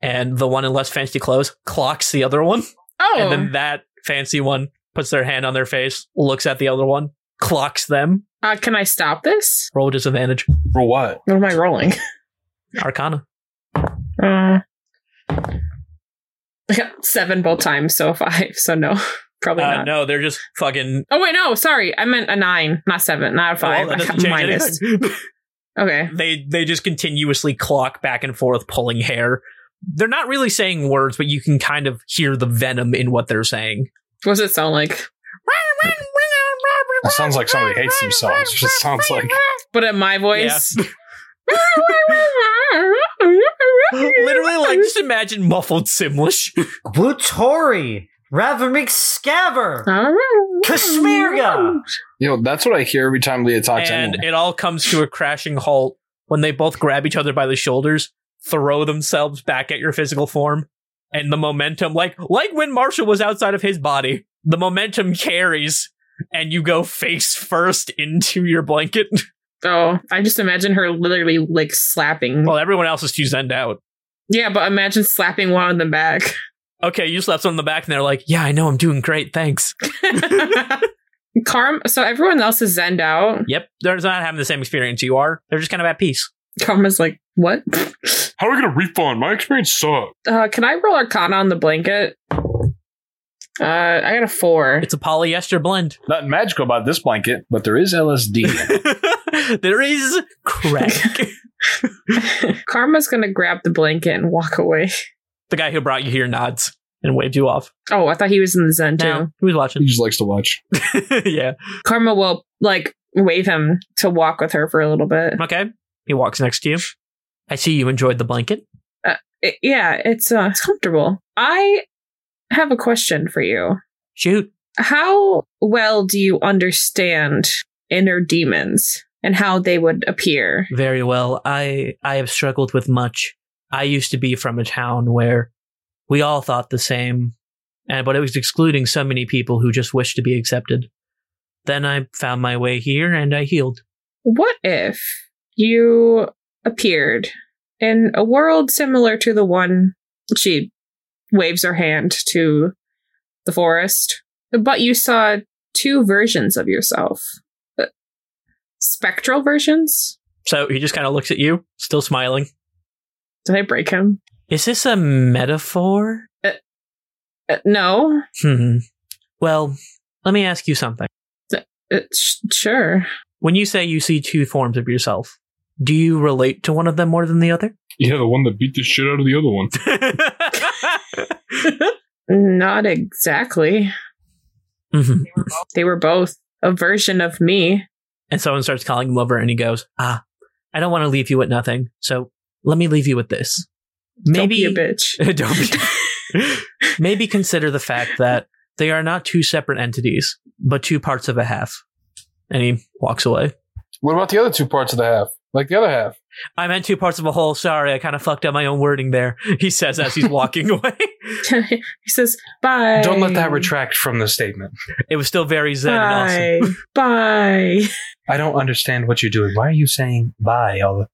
Speaker 4: and the one in less fancy clothes clocks the other one.
Speaker 6: Oh.
Speaker 4: And then that fancy one puts their hand on their face, looks at the other one, clocks them.
Speaker 6: uh, can I stop this?
Speaker 4: Roll disadvantage.
Speaker 2: For what?
Speaker 6: What am I rolling?
Speaker 4: Arcana.
Speaker 6: Uh, I got seven both times, so five. So no, probably
Speaker 4: Uh,
Speaker 6: not.
Speaker 4: no, they're just fucking.
Speaker 6: Oh wait, no, sorry, I meant a nine, not seven, not a five.
Speaker 4: Well, that
Speaker 6: I
Speaker 4: doesn't
Speaker 6: got
Speaker 4: change
Speaker 6: minus.
Speaker 4: anything.
Speaker 6: Okay.
Speaker 4: they they just continuously clock back and forth, pulling hair. They're not really saying words, but you can kind of hear the venom in what they're saying.
Speaker 6: What's it sound like?
Speaker 2: That sounds like somebody hates themselves. It just sounds like
Speaker 6: But in my voice.
Speaker 4: Literally, like just imagine muffled Simlish.
Speaker 5: Blutori, Ravamik Scaver,
Speaker 4: Ah.
Speaker 5: Kashmirga.
Speaker 9: Yo, that's what I hear every time Leah talks.
Speaker 4: and it all comes to a crashing halt when they both grab each other by the shoulders, throw themselves back at your physical form, and the momentum, like like when Marshall was outside of his body, the momentum carries, and you go face first into your blanket.
Speaker 6: Oh, I just imagine her literally like slapping.
Speaker 4: well, everyone else is too zened out.
Speaker 6: Yeah, but imagine slapping one on the back.
Speaker 4: Okay, you slap someone in the back, and they're like, "Yeah, I know, I'm doing great, thanks."
Speaker 6: Karm. So everyone else is zenned out.
Speaker 4: Yep, they're not having the same experience you are. They're just kind of at peace.
Speaker 6: Karma's like, what?
Speaker 2: How are we gonna refund? My experience sucked.
Speaker 6: Uh, can I roll Arcana on the blanket? Uh, I got a four.
Speaker 4: It's a polyester blend.
Speaker 9: Nothing magical about this blanket, but there is LSD.
Speaker 4: there is crack.
Speaker 6: Karma's gonna grab the blanket and walk away.
Speaker 4: the guy who brought you here nods and waved you off.
Speaker 6: Oh, I thought he was in the Zen too.
Speaker 4: No, he was
Speaker 9: he
Speaker 4: watching.
Speaker 9: just likes to watch.
Speaker 4: yeah.
Speaker 6: Karma will like wave him to walk with her for a little bit.
Speaker 4: Okay. He walks next to you. I see you enjoyed the blanket.
Speaker 6: Uh, It- yeah, it's uh, it's comfortable. I have a question for you.
Speaker 4: Shoot.
Speaker 6: How well do you understand inner demons and how they would appear?
Speaker 4: Very well. I I have struggled with much. I used to be from a town where we all thought the same, and but it was excluding so many people who just wished to be accepted. Then I found my way here and I healed.
Speaker 6: What if you appeared in a world similar to the one she waves her hand to the forest, but you saw two versions of yourself? Uh, Spectral versions?
Speaker 4: uh, So he just kind of looks at you, still smiling.
Speaker 6: Did I break him?
Speaker 4: Is this a metaphor?
Speaker 6: Uh, no.
Speaker 4: Hmm. Well, let me ask you something.
Speaker 6: Uh, sh- sure.
Speaker 4: When you say you see two forms of yourself, do you relate to one of them more than the other?
Speaker 2: Yeah, the one that beat the shit out of the other one.
Speaker 6: Not exactly.
Speaker 4: Mhm.
Speaker 6: They were both a version of me.
Speaker 4: And someone starts calling him over and he goes, Ah, I don't want to leave you with nothing. So let me leave you with this. Maybe
Speaker 6: Don't be a bitch.
Speaker 4: Don't be- maybe consider the fact that they are not two separate entities, but two parts of a half. And he walks away.
Speaker 9: What about the other two parts of the half? Like the other half?
Speaker 4: I meant two parts of a whole. Sorry, I kind of fucked up my own wording there. He says as he's walking away.
Speaker 6: he says, bye.
Speaker 2: Don't let that retract from the statement.
Speaker 4: It was still very zen and awesome.
Speaker 6: Bye. Bye.
Speaker 2: I don't understand what you're doing. Why are you saying bye? All the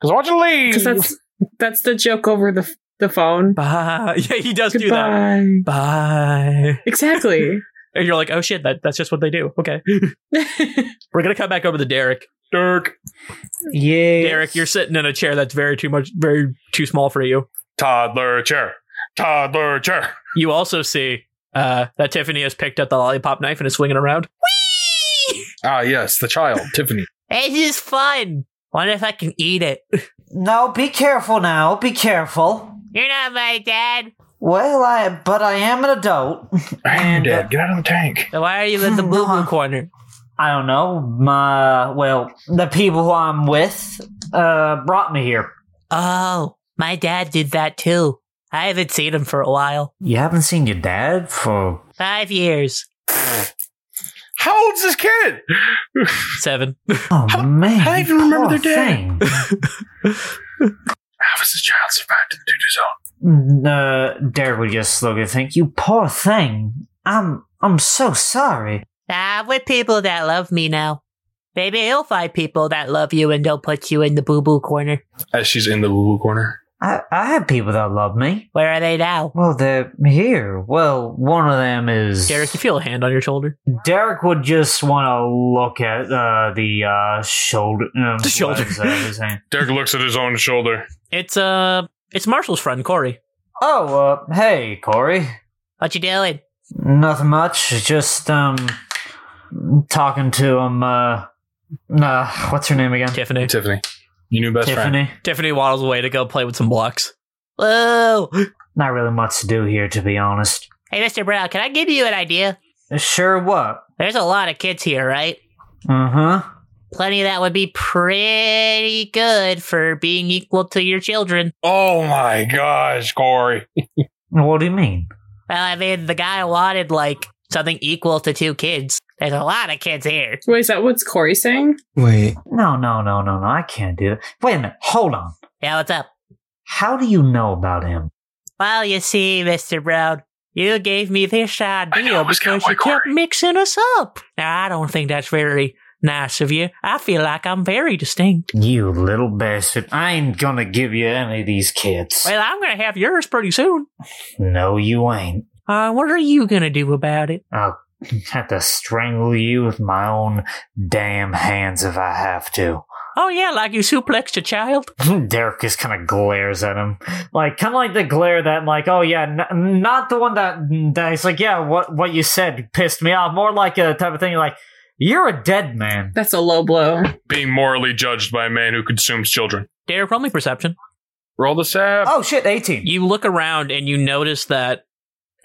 Speaker 2: because I want you to leave.
Speaker 6: because that's that's the joke over the the phone.
Speaker 4: Uh, Bye. Yeah, he does do that.
Speaker 6: Goodbye.
Speaker 4: Bye.
Speaker 6: Exactly.
Speaker 4: And you're like, oh shit, that, that's just what they do. Okay. We're gonna come back over to Derek. Derek.
Speaker 5: Yay.
Speaker 4: Derek, you're sitting in a chair that's very too much very too small for you.
Speaker 2: Toddler chair. Toddler chair.
Speaker 4: You also see uh, that Tiffany has picked up the lollipop knife and is swinging around.
Speaker 9: Ah, yes, the
Speaker 2: Oh,
Speaker 9: child, Tiffany.
Speaker 3: Hey, This is fun. Wonder if I can eat it.
Speaker 5: No, be careful now. Be careful.
Speaker 3: You're not my dad.
Speaker 5: Well, I but I am an adult.
Speaker 9: I am
Speaker 5: And, uh,
Speaker 9: dead. Get out of the tank.
Speaker 3: So why are you in the blue blue corner?
Speaker 5: I don't know. My well, the people who I'm with uh brought me here.
Speaker 3: Oh, my dad did that too. I haven't seen him for a while.
Speaker 5: You haven't seen your dad for
Speaker 3: Five years.
Speaker 9: How old's this kid?
Speaker 4: Seven.
Speaker 5: oh man.
Speaker 9: how do you even remember
Speaker 5: poor
Speaker 9: their dad?
Speaker 5: thing.
Speaker 9: How has this child survived in the doo-doo zone?
Speaker 5: uh, Derek would just look and think, "You poor thing. I'm I'm so sorry."
Speaker 3: I'm with people that love me now. Maybe he'll find people that love you and don't put you in the boo boo corner.
Speaker 9: As she's in the boo-boo corner.
Speaker 5: I I have people that love me.
Speaker 3: Where are they now?
Speaker 5: Well, they're here. Well, one of them is
Speaker 4: Derek, you feel a hand on your shoulder.
Speaker 5: Derek would just want to look at uh, the uh, shoulder. Um,
Speaker 4: The shoulder.
Speaker 5: what is that I was saying?
Speaker 2: Derek looks at his own shoulder.
Speaker 4: It's uh it's Marshall's friend, Corey.
Speaker 5: oh, uh, hey, Corey.
Speaker 3: What you doing?
Speaker 5: Nothing much. Just um, talking to him. Uh, nah, what's her name again?
Speaker 4: Tiffany.
Speaker 9: Tiffany. You knew best friend.
Speaker 5: Tiffany.
Speaker 4: Tiffany waddles away to go play with some blocks.
Speaker 3: Whoa!
Speaker 5: Not really much to do here, to be honest.
Speaker 3: Hey, Mr. Brown, can I give you an idea?
Speaker 5: Sure, what?
Speaker 3: There's a lot of kids here, right?
Speaker 5: Uh huh.
Speaker 3: Plenty that would be pretty good for being equal to your children.
Speaker 2: Oh my gosh, Corey.
Speaker 5: What do you mean?
Speaker 3: Well, I mean, the guy wanted like something equal to two kids. There's a lot of kids here.
Speaker 6: Wait, is that what's Corey saying?
Speaker 7: Wait,
Speaker 5: No, no, no, no, no. I can't do it. Wait a minute. Hold on.
Speaker 3: Yeah, what's up?
Speaker 5: How do you know about him?
Speaker 3: Well, you see, Mr. Brown, you gave me this idea
Speaker 9: almost got
Speaker 3: because you
Speaker 9: white
Speaker 3: kept
Speaker 9: card.
Speaker 3: mixing us up. Now, I don't think that's very nice of you. I feel like I'm very distinct.
Speaker 5: You little bastard. I ain't gonna give you any of these kids.
Speaker 3: Well, I'm going to have yours pretty soon.
Speaker 5: No, you ain't.
Speaker 3: Uh, what are you going to do about it?
Speaker 5: I'll have to strangle you with my own damn hands if I have to.
Speaker 3: Oh, yeah, like you suplexed a child?
Speaker 5: Derek just kind of glares at him, like kind of like the glare that, like, oh yeah, n- not the one that that he's like, yeah, what what you said pissed me off. More like a type of thing like, you're a dead man.
Speaker 6: That's a low blow.
Speaker 2: Being morally judged by a man who consumes children.
Speaker 4: Derek, roll me perception.
Speaker 9: Roll the sap.
Speaker 5: Oh shit, eighteen.
Speaker 4: You look around and you notice that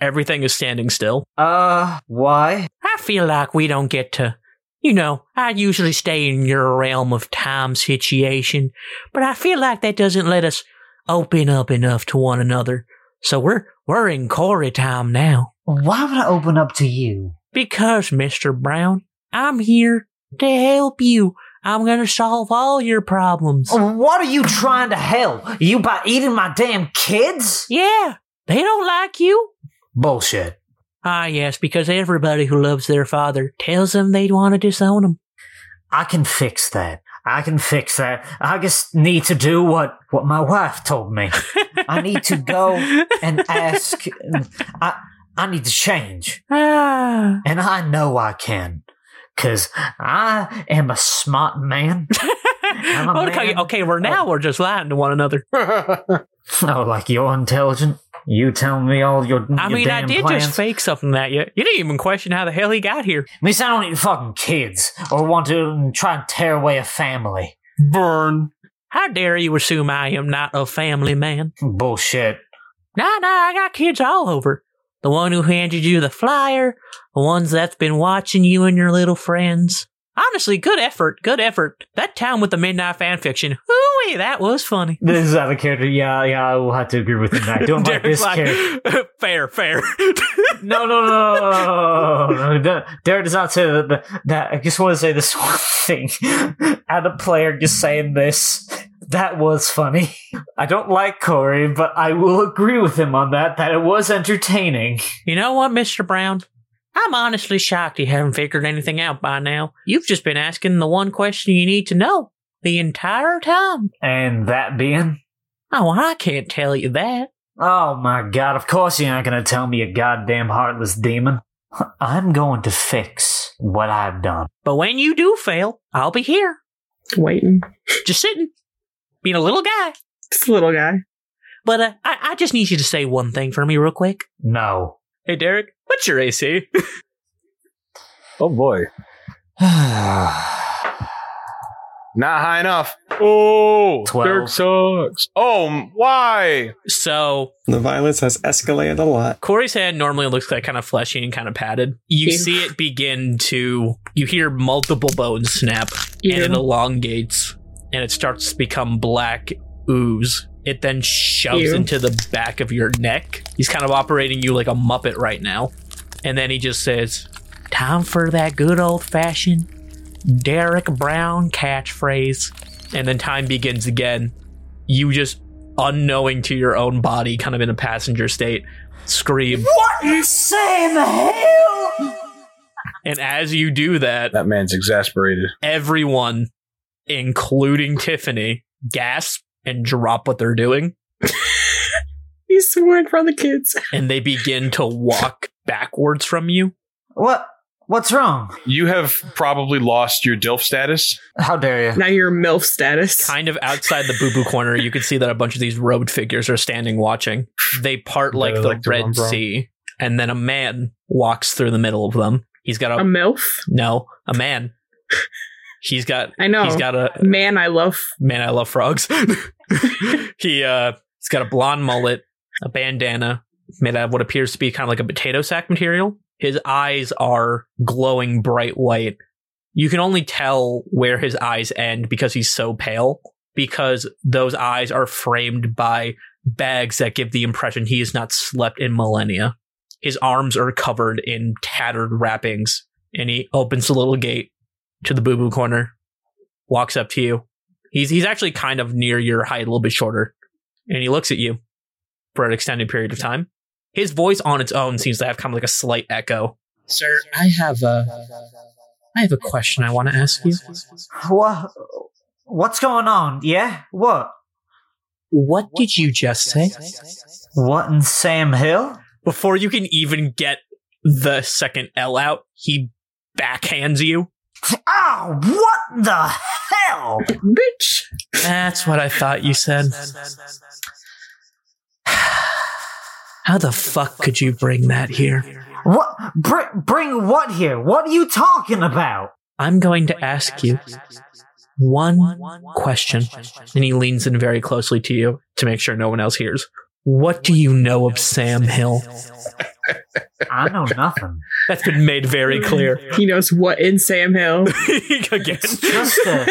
Speaker 4: everything is standing still.
Speaker 5: Uh, why?
Speaker 3: I feel like we don't get to. You know, I usually stay in your realm of time situation, but I feel like that doesn't let us open up enough to one another. So we're we're in Corey time now.
Speaker 5: Why would I open up to you?
Speaker 3: Because, Mr. Brown, I'm here to help you. I'm gonna solve all your problems.
Speaker 5: What are you trying to help? You by e- eating my damn kids?
Speaker 3: Yeah, they don't like you.
Speaker 5: Bullshit.
Speaker 3: Ah, yes, because everybody who loves their father tells them they'd want to disown him.
Speaker 5: I can fix that. I can fix that. I just need to do what, what my wife told me. I need to go and ask. I, I need to change.
Speaker 3: Ah.
Speaker 5: And I know I can. Cause I am a smart man. I'm a
Speaker 4: okay,
Speaker 5: man.
Speaker 4: okay, we're now we're just lying to one another.
Speaker 5: Oh, like you're intelligent. You tell me all your.
Speaker 4: I
Speaker 5: your
Speaker 4: mean, I
Speaker 5: damn
Speaker 4: did
Speaker 5: plans.
Speaker 4: just fake something that you you didn't even question how the hell he got here.
Speaker 5: At least I don't need fucking kids or want to um, try and tear away a family.
Speaker 9: Burn.
Speaker 3: How dare you assume I am not a family man?
Speaker 5: Bullshit.
Speaker 3: Nah, nah, I got kids all over. The one who handed you the flyer, the ones that's been watching you and your little friends. Honestly, good effort, good effort. That town with the midnight fanfiction. Hooey, that was funny.
Speaker 5: This is out of character. Yeah, yeah, I will have to agree with you. I don't like
Speaker 4: Derek's
Speaker 5: this character.
Speaker 4: like, fair, fair.
Speaker 5: No, no, no, no, no, no, no. Derek does not say that, that. That I just want to say this one thing. At a player just saying this. That was funny. I don't like Corey, but I will agree with him on that. That it was entertaining.
Speaker 3: You know what, Mr. Brown? I'm honestly shocked you haven't figured anything out by now. You've just been asking the one question you need to know the entire time.
Speaker 5: And that being,
Speaker 3: Oh, I can't tell you that.
Speaker 5: oh my god! Of course you're not going to tell me a goddamn heartless demon. I'm going to fix what I've done.
Speaker 3: But when you do fail, I'll be here,
Speaker 6: Waiting.
Speaker 3: just sitting, being a little guy.
Speaker 6: This little guy.
Speaker 3: But uh, I, I just need you to say one thing for me, real quick.
Speaker 5: No.
Speaker 4: Hey, Derek, what's your AC?
Speaker 9: Oh boy.
Speaker 2: Not high enough. Oh,
Speaker 5: Twelve.
Speaker 2: Dirk sucks. Oh, m- why?
Speaker 4: so
Speaker 7: The violence has escalated a lot.
Speaker 4: Corey's head normally looks like kind of fleshy and kind of padded. You
Speaker 6: Ew.
Speaker 4: see it begin to. You hear multiple bones snap, and it
Speaker 6: Ew.
Speaker 4: elongates, and it starts to become black ooze. It then shoves
Speaker 6: Ew.
Speaker 4: into the back of your neck. He's kind of operating you like a muppet right now, and then he just says,
Speaker 3: Time for that good old fashioned Derek Brown catchphrase.
Speaker 4: and then time begins again. You just, unknowing to your own body, kind of in a passenger state, scream.
Speaker 5: What in Sam hell?
Speaker 4: And as you do that,
Speaker 9: That man's exasperated.
Speaker 4: everyone, including Tiffany, gasp and drop what they're doing,
Speaker 6: He swore in front of the kids.
Speaker 4: and they begin to walk backwards from you.
Speaker 5: What? What's wrong?
Speaker 2: You have probably lost your DILF status.
Speaker 5: How dare you?
Speaker 6: Now you're MILF status.
Speaker 4: Kind of outside the boo boo corner, you can see that a bunch of these robed figures are standing watching. They part like
Speaker 2: Better
Speaker 4: the
Speaker 2: like the
Speaker 4: Red
Speaker 2: rum bro.
Speaker 4: Sea, and then a man walks through the middle of them. He's got a,
Speaker 6: A MILF?
Speaker 4: no, a man. He's got
Speaker 6: I know.
Speaker 4: he's got a
Speaker 6: Man, I love.
Speaker 4: man, I love frogs. he uh he's got a blonde mullet, a bandana made out of what appears to be kind of like a potato sack material. His eyes are glowing bright white. You can only tell where his eyes end because he's so pale, because those eyes are framed by bags that give the impression he has not slept in millennia. His arms are covered in tattered wrappings, and he opens the little gate to the boo boo corner, walks up to you, He's he's actually kind of near your height, a little bit shorter, and he looks at you for an extended period of time. His voice on its own seems to have kind of like a slight echo. Sir, I have a I have a question I want to ask you.
Speaker 5: What? What's going on? Yeah? What?
Speaker 3: What did you just say?
Speaker 5: What in Sam Hill?
Speaker 4: Before you can even get the second L out, he backhands you.
Speaker 5: Oh, what the hell?
Speaker 6: Bitch!
Speaker 4: That's what I thought you said.
Speaker 3: How the fuck could you bring that here?
Speaker 5: What? Br- bring what here? What are you talking about?
Speaker 3: I'm going to ask you one question.
Speaker 4: And he leans in very closely to you to make sure no one else hears. What do you know of Sam Hill?
Speaker 5: I know nothing.
Speaker 4: That's been made very clear.
Speaker 6: He knows what in Sam Hill.
Speaker 4: Again.
Speaker 5: Just a,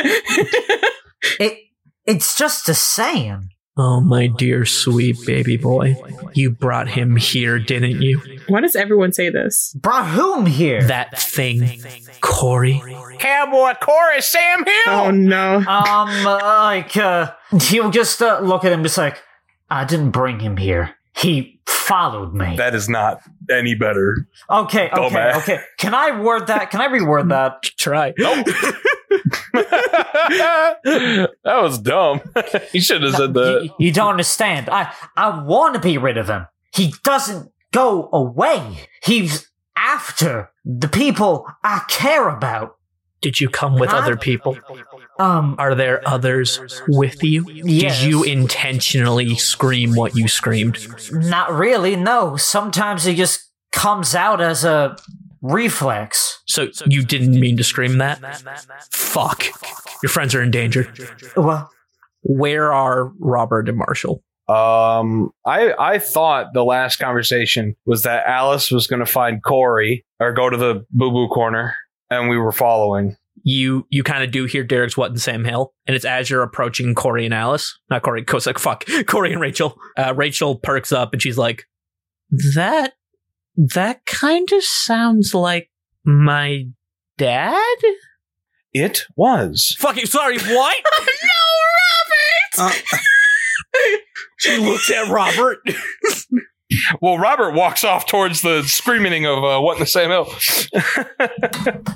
Speaker 5: it, it's just a saying.
Speaker 4: Oh, my dear sweet baby boy. You brought him here, didn't you?
Speaker 6: Why does everyone say this?
Speaker 5: Brought whom here?
Speaker 4: That thing, Corey.
Speaker 9: Cowboy chorus, Sam Hill.
Speaker 6: Oh no.
Speaker 5: um, like, uh, he'll just uh, look at him just like, I didn't bring him here. He followed me.
Speaker 2: That is not any better.
Speaker 5: okay, okay,
Speaker 2: Dumbass.
Speaker 5: okay. Can I word that? Can I reword that?
Speaker 4: Try.
Speaker 2: that was dumb. you should have said that.
Speaker 5: You, you don't understand. I, I want to be rid of him. He doesn't go away. He's after the people I care about.
Speaker 4: Did you come with other people?
Speaker 5: Um,
Speaker 4: Are there others with you?
Speaker 5: Yes.
Speaker 4: Did you intentionally scream what you screamed?
Speaker 5: Not really, no. Sometimes it just comes out as a reflex.
Speaker 4: So you didn't mean to scream that? Fuck. Your friends are in danger.
Speaker 5: Well,
Speaker 4: Where are Robert and Marshall?
Speaker 2: Um, I I thought the last conversation was that Alice was going to find Corey or go to the Boo Boo corner, and we were following.
Speaker 4: you you kind of do hear Derek's what and Sam Hill, and it's as you're approaching Corey and Alice, not Corey, Kosek, fuck, Corey and Rachel. Uh, Rachel perks up and she's like,
Speaker 3: That that kind of sounds like my dad.
Speaker 2: It was.
Speaker 4: "Fucking sorry, what?"
Speaker 7: Uh,
Speaker 4: she looks at Robert.
Speaker 2: Well, Robert walks off towards the screaming of uh, what in the same hill.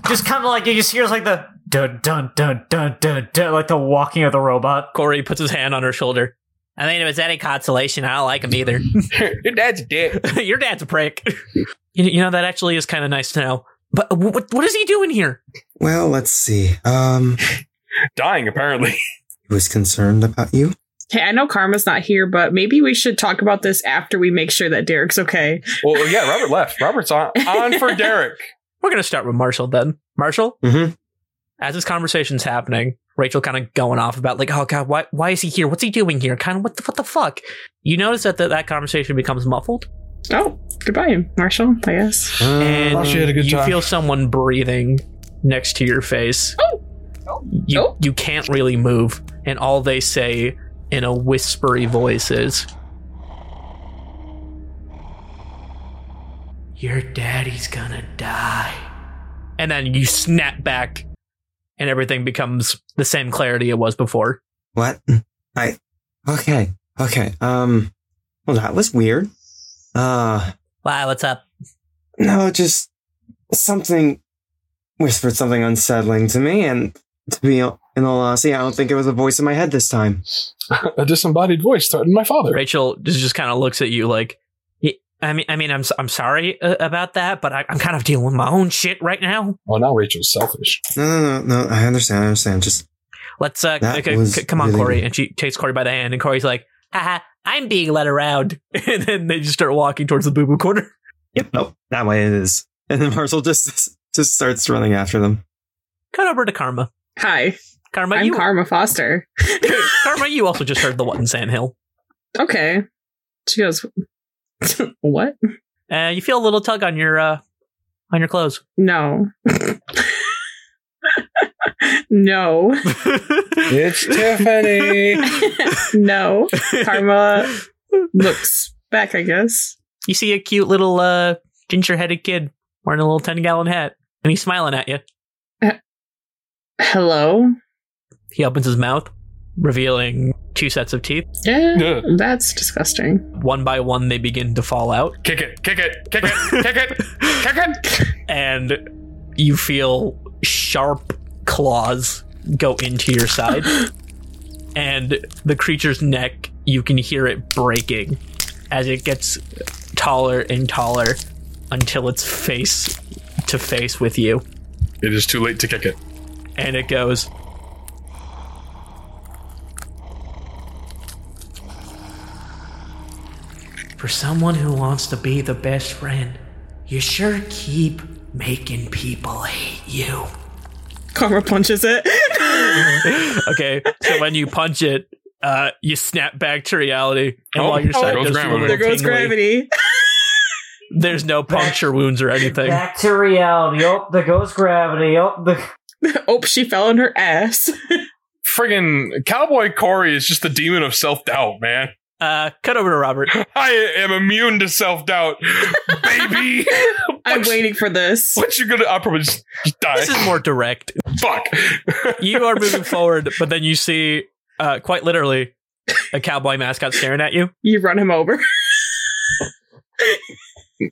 Speaker 5: just kind of like you just hear like the dun dun dun dun dun dun, like the walking of the robot.
Speaker 4: Corey puts his hand on her shoulder.
Speaker 3: I mean, if it's any consolation, I don't like him either.
Speaker 2: Your dad's a dick.
Speaker 4: Your dad's a prick. You, you know, that actually is kind of nice to know. But wh- what, what is he doing here?
Speaker 7: Well, let's see. Um,
Speaker 2: Dying, apparently.
Speaker 7: he was concerned about you.
Speaker 6: Hey, I know Karma's not here, but maybe we should talk about this after we make sure that Derek's okay.
Speaker 2: well, yeah, Robert left. Robert's on, on for Derek.
Speaker 4: We're going to start with Marshall then. Marshall,
Speaker 7: Mm-hmm.
Speaker 4: as this conversation's happening, Rachel kind of going off about like, oh god, why why is he here? What's he doing here? Kind of what the what the fuck? You notice that the, that conversation becomes muffled,
Speaker 6: Oh, goodbye, Marshall, I guess.
Speaker 4: and
Speaker 2: Marshall Uh, had a good
Speaker 4: you
Speaker 2: time.
Speaker 4: feel someone breathing next to your face.
Speaker 6: Oh.
Speaker 4: You
Speaker 6: Oh.
Speaker 4: you can't really move, and all they say in a whispery voice is, "Your daddy's gonna die," and then you snap back, and everything becomes the same clarity it was before.
Speaker 7: What? I. Okay. Okay. Um. Well, that was weird. Uh.
Speaker 3: Why, what's up?
Speaker 7: No, just something whispered something unsettling to me, and to be in all honesty, I don't think it was a voice in my head this time.
Speaker 2: a disembodied voice threatened my father.
Speaker 4: Rachel just, just kind of looks at you like, "Y- I mean, I mean, I'm s- I'm sorry uh, about that, but I, I'm kind of dealing with my own shit right now.
Speaker 2: Well, Oh, now Rachel's selfish.
Speaker 7: No, no, no, no. I understand. I understand. Just
Speaker 4: Let's uh,
Speaker 7: That
Speaker 4: c- c-
Speaker 7: was
Speaker 4: c- come on,
Speaker 7: really
Speaker 4: Corey,
Speaker 7: good.
Speaker 4: and she takes Corey by the hand, and Corey's like, haha, I'm being led around, and then they just start walking towards the boo boo corner.
Speaker 7: yep. Nope. That way it is. And then Marcel just just starts running after them.
Speaker 4: Cut over to Karma.
Speaker 6: Hi,
Speaker 4: Karma,
Speaker 6: I'm
Speaker 4: you
Speaker 6: Karma Foster.
Speaker 4: Karma, you also just heard the what in Sand Hill.
Speaker 6: okay. She goes, What?
Speaker 4: Uh, you feel a little tug on your uh, on your clothes.
Speaker 6: No. no.
Speaker 9: It's Tiffany.
Speaker 6: no. Karma looks back, I guess.
Speaker 4: you see a cute little uh, ginger headed kid wearing a little ten gallon hat, and he's smiling at you.
Speaker 6: Uh, Hello?
Speaker 4: He opens his mouth, revealing two sets of teeth.
Speaker 6: Yeah.
Speaker 2: Yeah.
Speaker 6: That's disgusting.
Speaker 4: One by one, they begin to fall out,
Speaker 2: Kick it, kick it, kick it, kick it, kick it.
Speaker 4: and you feel sharp claws go into your side. and the creature's neck, you can hear it breaking as it gets taller and taller until it's face to face with you.
Speaker 2: It is too late to kick it.
Speaker 4: and it goes. For someone who wants to be the best friend, you sure keep making people hate you.
Speaker 6: Karma punches it.
Speaker 4: Okay, so when you punch it, uh, you snap back to reality, and
Speaker 2: Oh,
Speaker 4: while your
Speaker 2: oh,
Speaker 4: side
Speaker 2: there
Speaker 4: goes
Speaker 2: goes
Speaker 4: through a
Speaker 2: gravity.
Speaker 4: little
Speaker 6: there goes
Speaker 4: tingly,
Speaker 6: gravity.
Speaker 4: there's no puncture wounds or anything.
Speaker 5: Back to reality. Oh, there goes gravity. Oh, the
Speaker 6: oh, she fell on her ass.
Speaker 2: Friggin' Cowboy Corey is just the demon of self doubt, man.
Speaker 4: Uh, cut over to Robert.
Speaker 2: I am immune to self doubt, baby.
Speaker 6: I'm waiting for this.
Speaker 2: What you gonna? I'll probably just, just die.
Speaker 4: This is more direct.
Speaker 2: Fuck.
Speaker 4: you are moving forward, but then you see, uh, quite literally, a cowboy mascot staring at you.
Speaker 6: You run him over.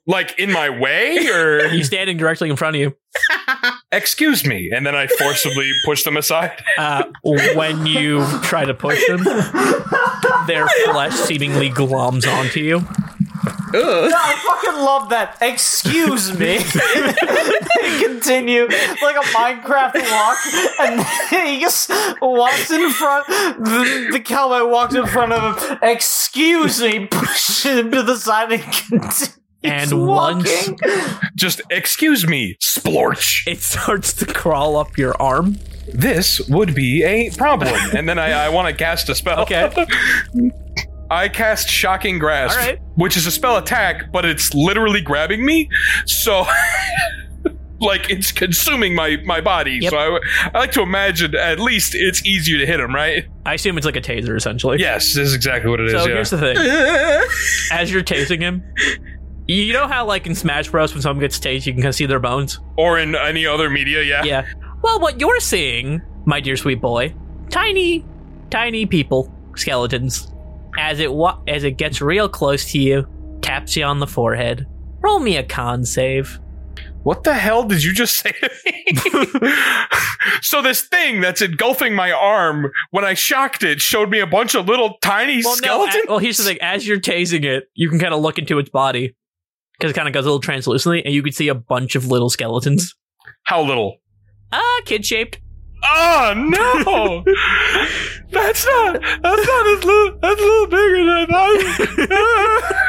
Speaker 2: like in my way, or
Speaker 4: He's standing directly in front of you.
Speaker 2: excuse me, and then I forcibly push them aside.
Speaker 4: Uh, when you try to push them, their flesh seemingly gloms onto you.
Speaker 6: Ugh.
Speaker 5: I fucking love that. Excuse me. they continue like a Minecraft walk, and he just walks in front. The, the cowboy walks in front of him. Excuse me. Pushes him to the side and continues.
Speaker 4: And once
Speaker 5: walking.
Speaker 2: Just excuse me, splorch.
Speaker 4: it starts to crawl up your arm,
Speaker 2: This would be a problem, and then I, I want to cast a spell.
Speaker 4: Okay.
Speaker 2: I cast shocking grasp,
Speaker 4: All right.
Speaker 2: which is a spell attack, but it's literally grabbing me. So. Like it's consuming my my body,
Speaker 4: Yep.
Speaker 2: so I, I like to imagine at least it's easier to hit him, right?
Speaker 4: I assume it's like a taser, essentially.
Speaker 2: Yes, this is exactly what it is.
Speaker 4: So
Speaker 2: yeah.
Speaker 4: here's the thing: as you're tasing him, you know how, like in Smash Bros, when someone gets tased, you can kind of see their bones.
Speaker 2: or in any other media, yeah.
Speaker 4: Yeah. Well, what you're seeing, my dear sweet boy, tiny, tiny people, skeletons, as it wa- as it gets real close to you, taps you on the forehead. Roll me a con save.
Speaker 2: What the hell did you just say to me? so this thing that's engulfing my arm, when I shocked it, showed me a bunch of little tiny
Speaker 4: Well, no,
Speaker 2: skeletons.
Speaker 4: a- well, here's the thing: as you're tasing it, you can kind of look into its body, because it kind of goes a little translucently, and you could see a bunch of little skeletons.
Speaker 2: How little?
Speaker 4: Ah, kid shaped.
Speaker 2: Oh no! that's not. That's not as little. That's a little bigger than I.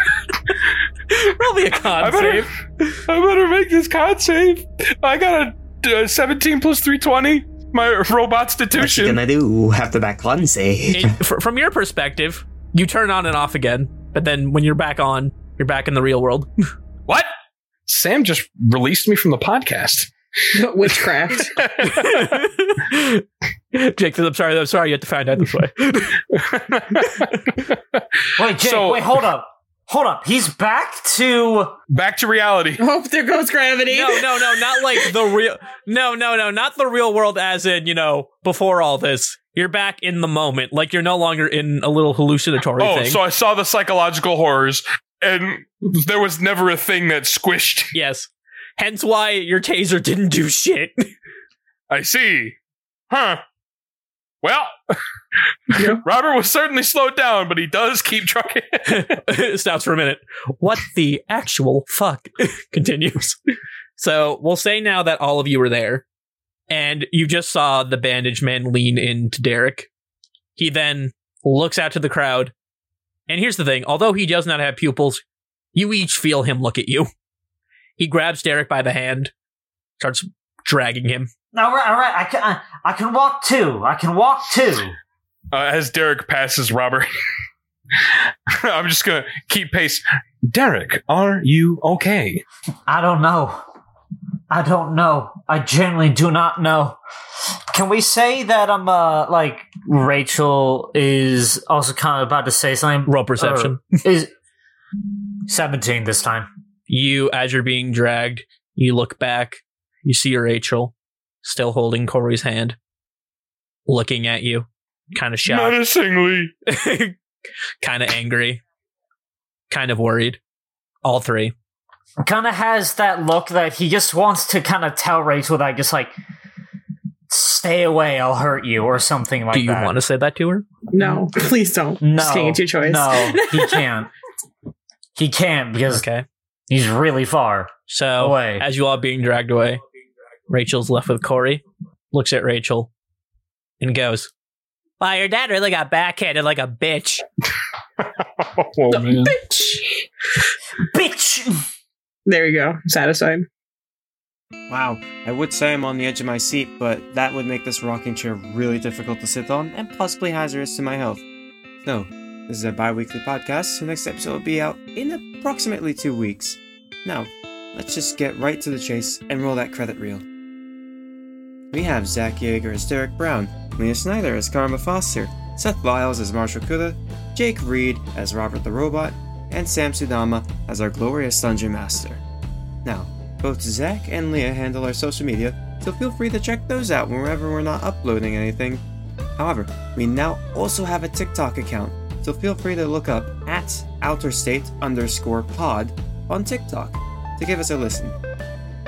Speaker 4: Roll me a con
Speaker 2: I better.
Speaker 4: save.
Speaker 2: I better make this con save. I got a uh, seventeen plus three twenty. My robot's
Speaker 7: What you
Speaker 2: detution.
Speaker 7: gonna do? Have to back one say.
Speaker 4: It- fr- from your perspective, you turn on and off again, but then when you're back on, you're back in the real world.
Speaker 2: What? Sam just released me from the podcast.
Speaker 6: Witchcraft.
Speaker 4: Jake says, "I'm sorry, I'm sorry, you have to find out this way."
Speaker 5: Wait, Jake,
Speaker 2: So-
Speaker 5: wait, hold up. Hold up. He's back to
Speaker 2: Back to reality.
Speaker 6: oh, there goes gravity.
Speaker 4: no, no, no, not like the real. No, no, no, not the real world. As in, you know, before all this, you're back in the moment. Like you're no longer in a little hallucinatory
Speaker 2: Oh,
Speaker 4: thing.
Speaker 2: so I saw the psychological horrors, and there was never a thing that squished.
Speaker 4: yes. Hence why your taser didn't do shit.
Speaker 2: I see. Huh. Well, Robert was certainly slowed down, but he does keep trucking.
Speaker 4: Stops for a minute. What the actual fuck? Continues. So we'll say now that all of you were there, and you just saw the bandage man lean into Derek. He then looks out to the crowd, and here's the thing: although he does not have pupils, you each feel him look at you. He grabs Derek by the hand, starts dragging him.
Speaker 5: All right, all right. I can I, I can walk too. I can walk too.
Speaker 2: Uh, as Derek passes Robert, I'm just going to keep pace. Derek, are you okay?
Speaker 5: I don't know. I don't know. I genuinely do not know. Can we say that I'm uh like Rachel is also kind of about to say something?
Speaker 4: Roll perception.
Speaker 5: Or is seventeen this time?
Speaker 4: You, as you're being dragged, you look back. You see Rachel still holding Corey's hand, looking at you, kind of shocked,
Speaker 2: Menacingly.
Speaker 4: kind of angry, kind of worried. All three.
Speaker 5: Kind of has that look that he just wants to kind of tell Rachel that just like stay away, I'll hurt you or something like
Speaker 4: Do you
Speaker 5: that.
Speaker 4: want to say that to her?
Speaker 6: No, please don't.
Speaker 5: No,
Speaker 6: Just can't get your choice.
Speaker 5: No, he can't. he can't because
Speaker 4: Okay.
Speaker 5: he's really far.
Speaker 4: So,
Speaker 5: Away.
Speaker 4: as you all being dragged away, Rachel's left with Corey, looks at Rachel, and goes, Wow, your dad really got backhanded like a bitch.
Speaker 2: Oh, man.
Speaker 6: Bitch.
Speaker 5: Bitch.
Speaker 6: There you go. I'm satisfied.
Speaker 7: Wow, I would say I'm on the edge of my seat, but that would make this rocking chair really difficult to sit on and possibly hazardous to my health. So, this is a bi weekly podcast. The next episode will be out in approximately two weeks. Now, let's just get right to the chase and roll that credit reel. We have Zach Yeager as Derek Brown, Leah Snyder as Karma Foster, Seth Viles as Marshall Kuda, Jake Reed as Robert the Robot, and Sam Sudama as our glorious Dungeon Master. Now, both Zach and Leah handle our social media, so feel free to check those out whenever we're not uploading anything. However, we now also have a TikTok account, so feel free to look up at outerstate underscore pod on TikTok to give us a listen.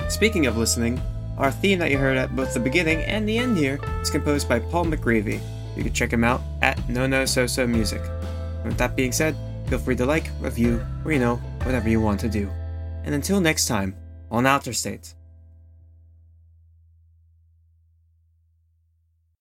Speaker 7: Speaking of listening, our theme that you heard at both the beginning and the end here is composed by Paul McGreevy. You can check him out at No No So So Music. With that being said, feel free to like, review, or you know, whatever you want to do. And until next time, on Outer States.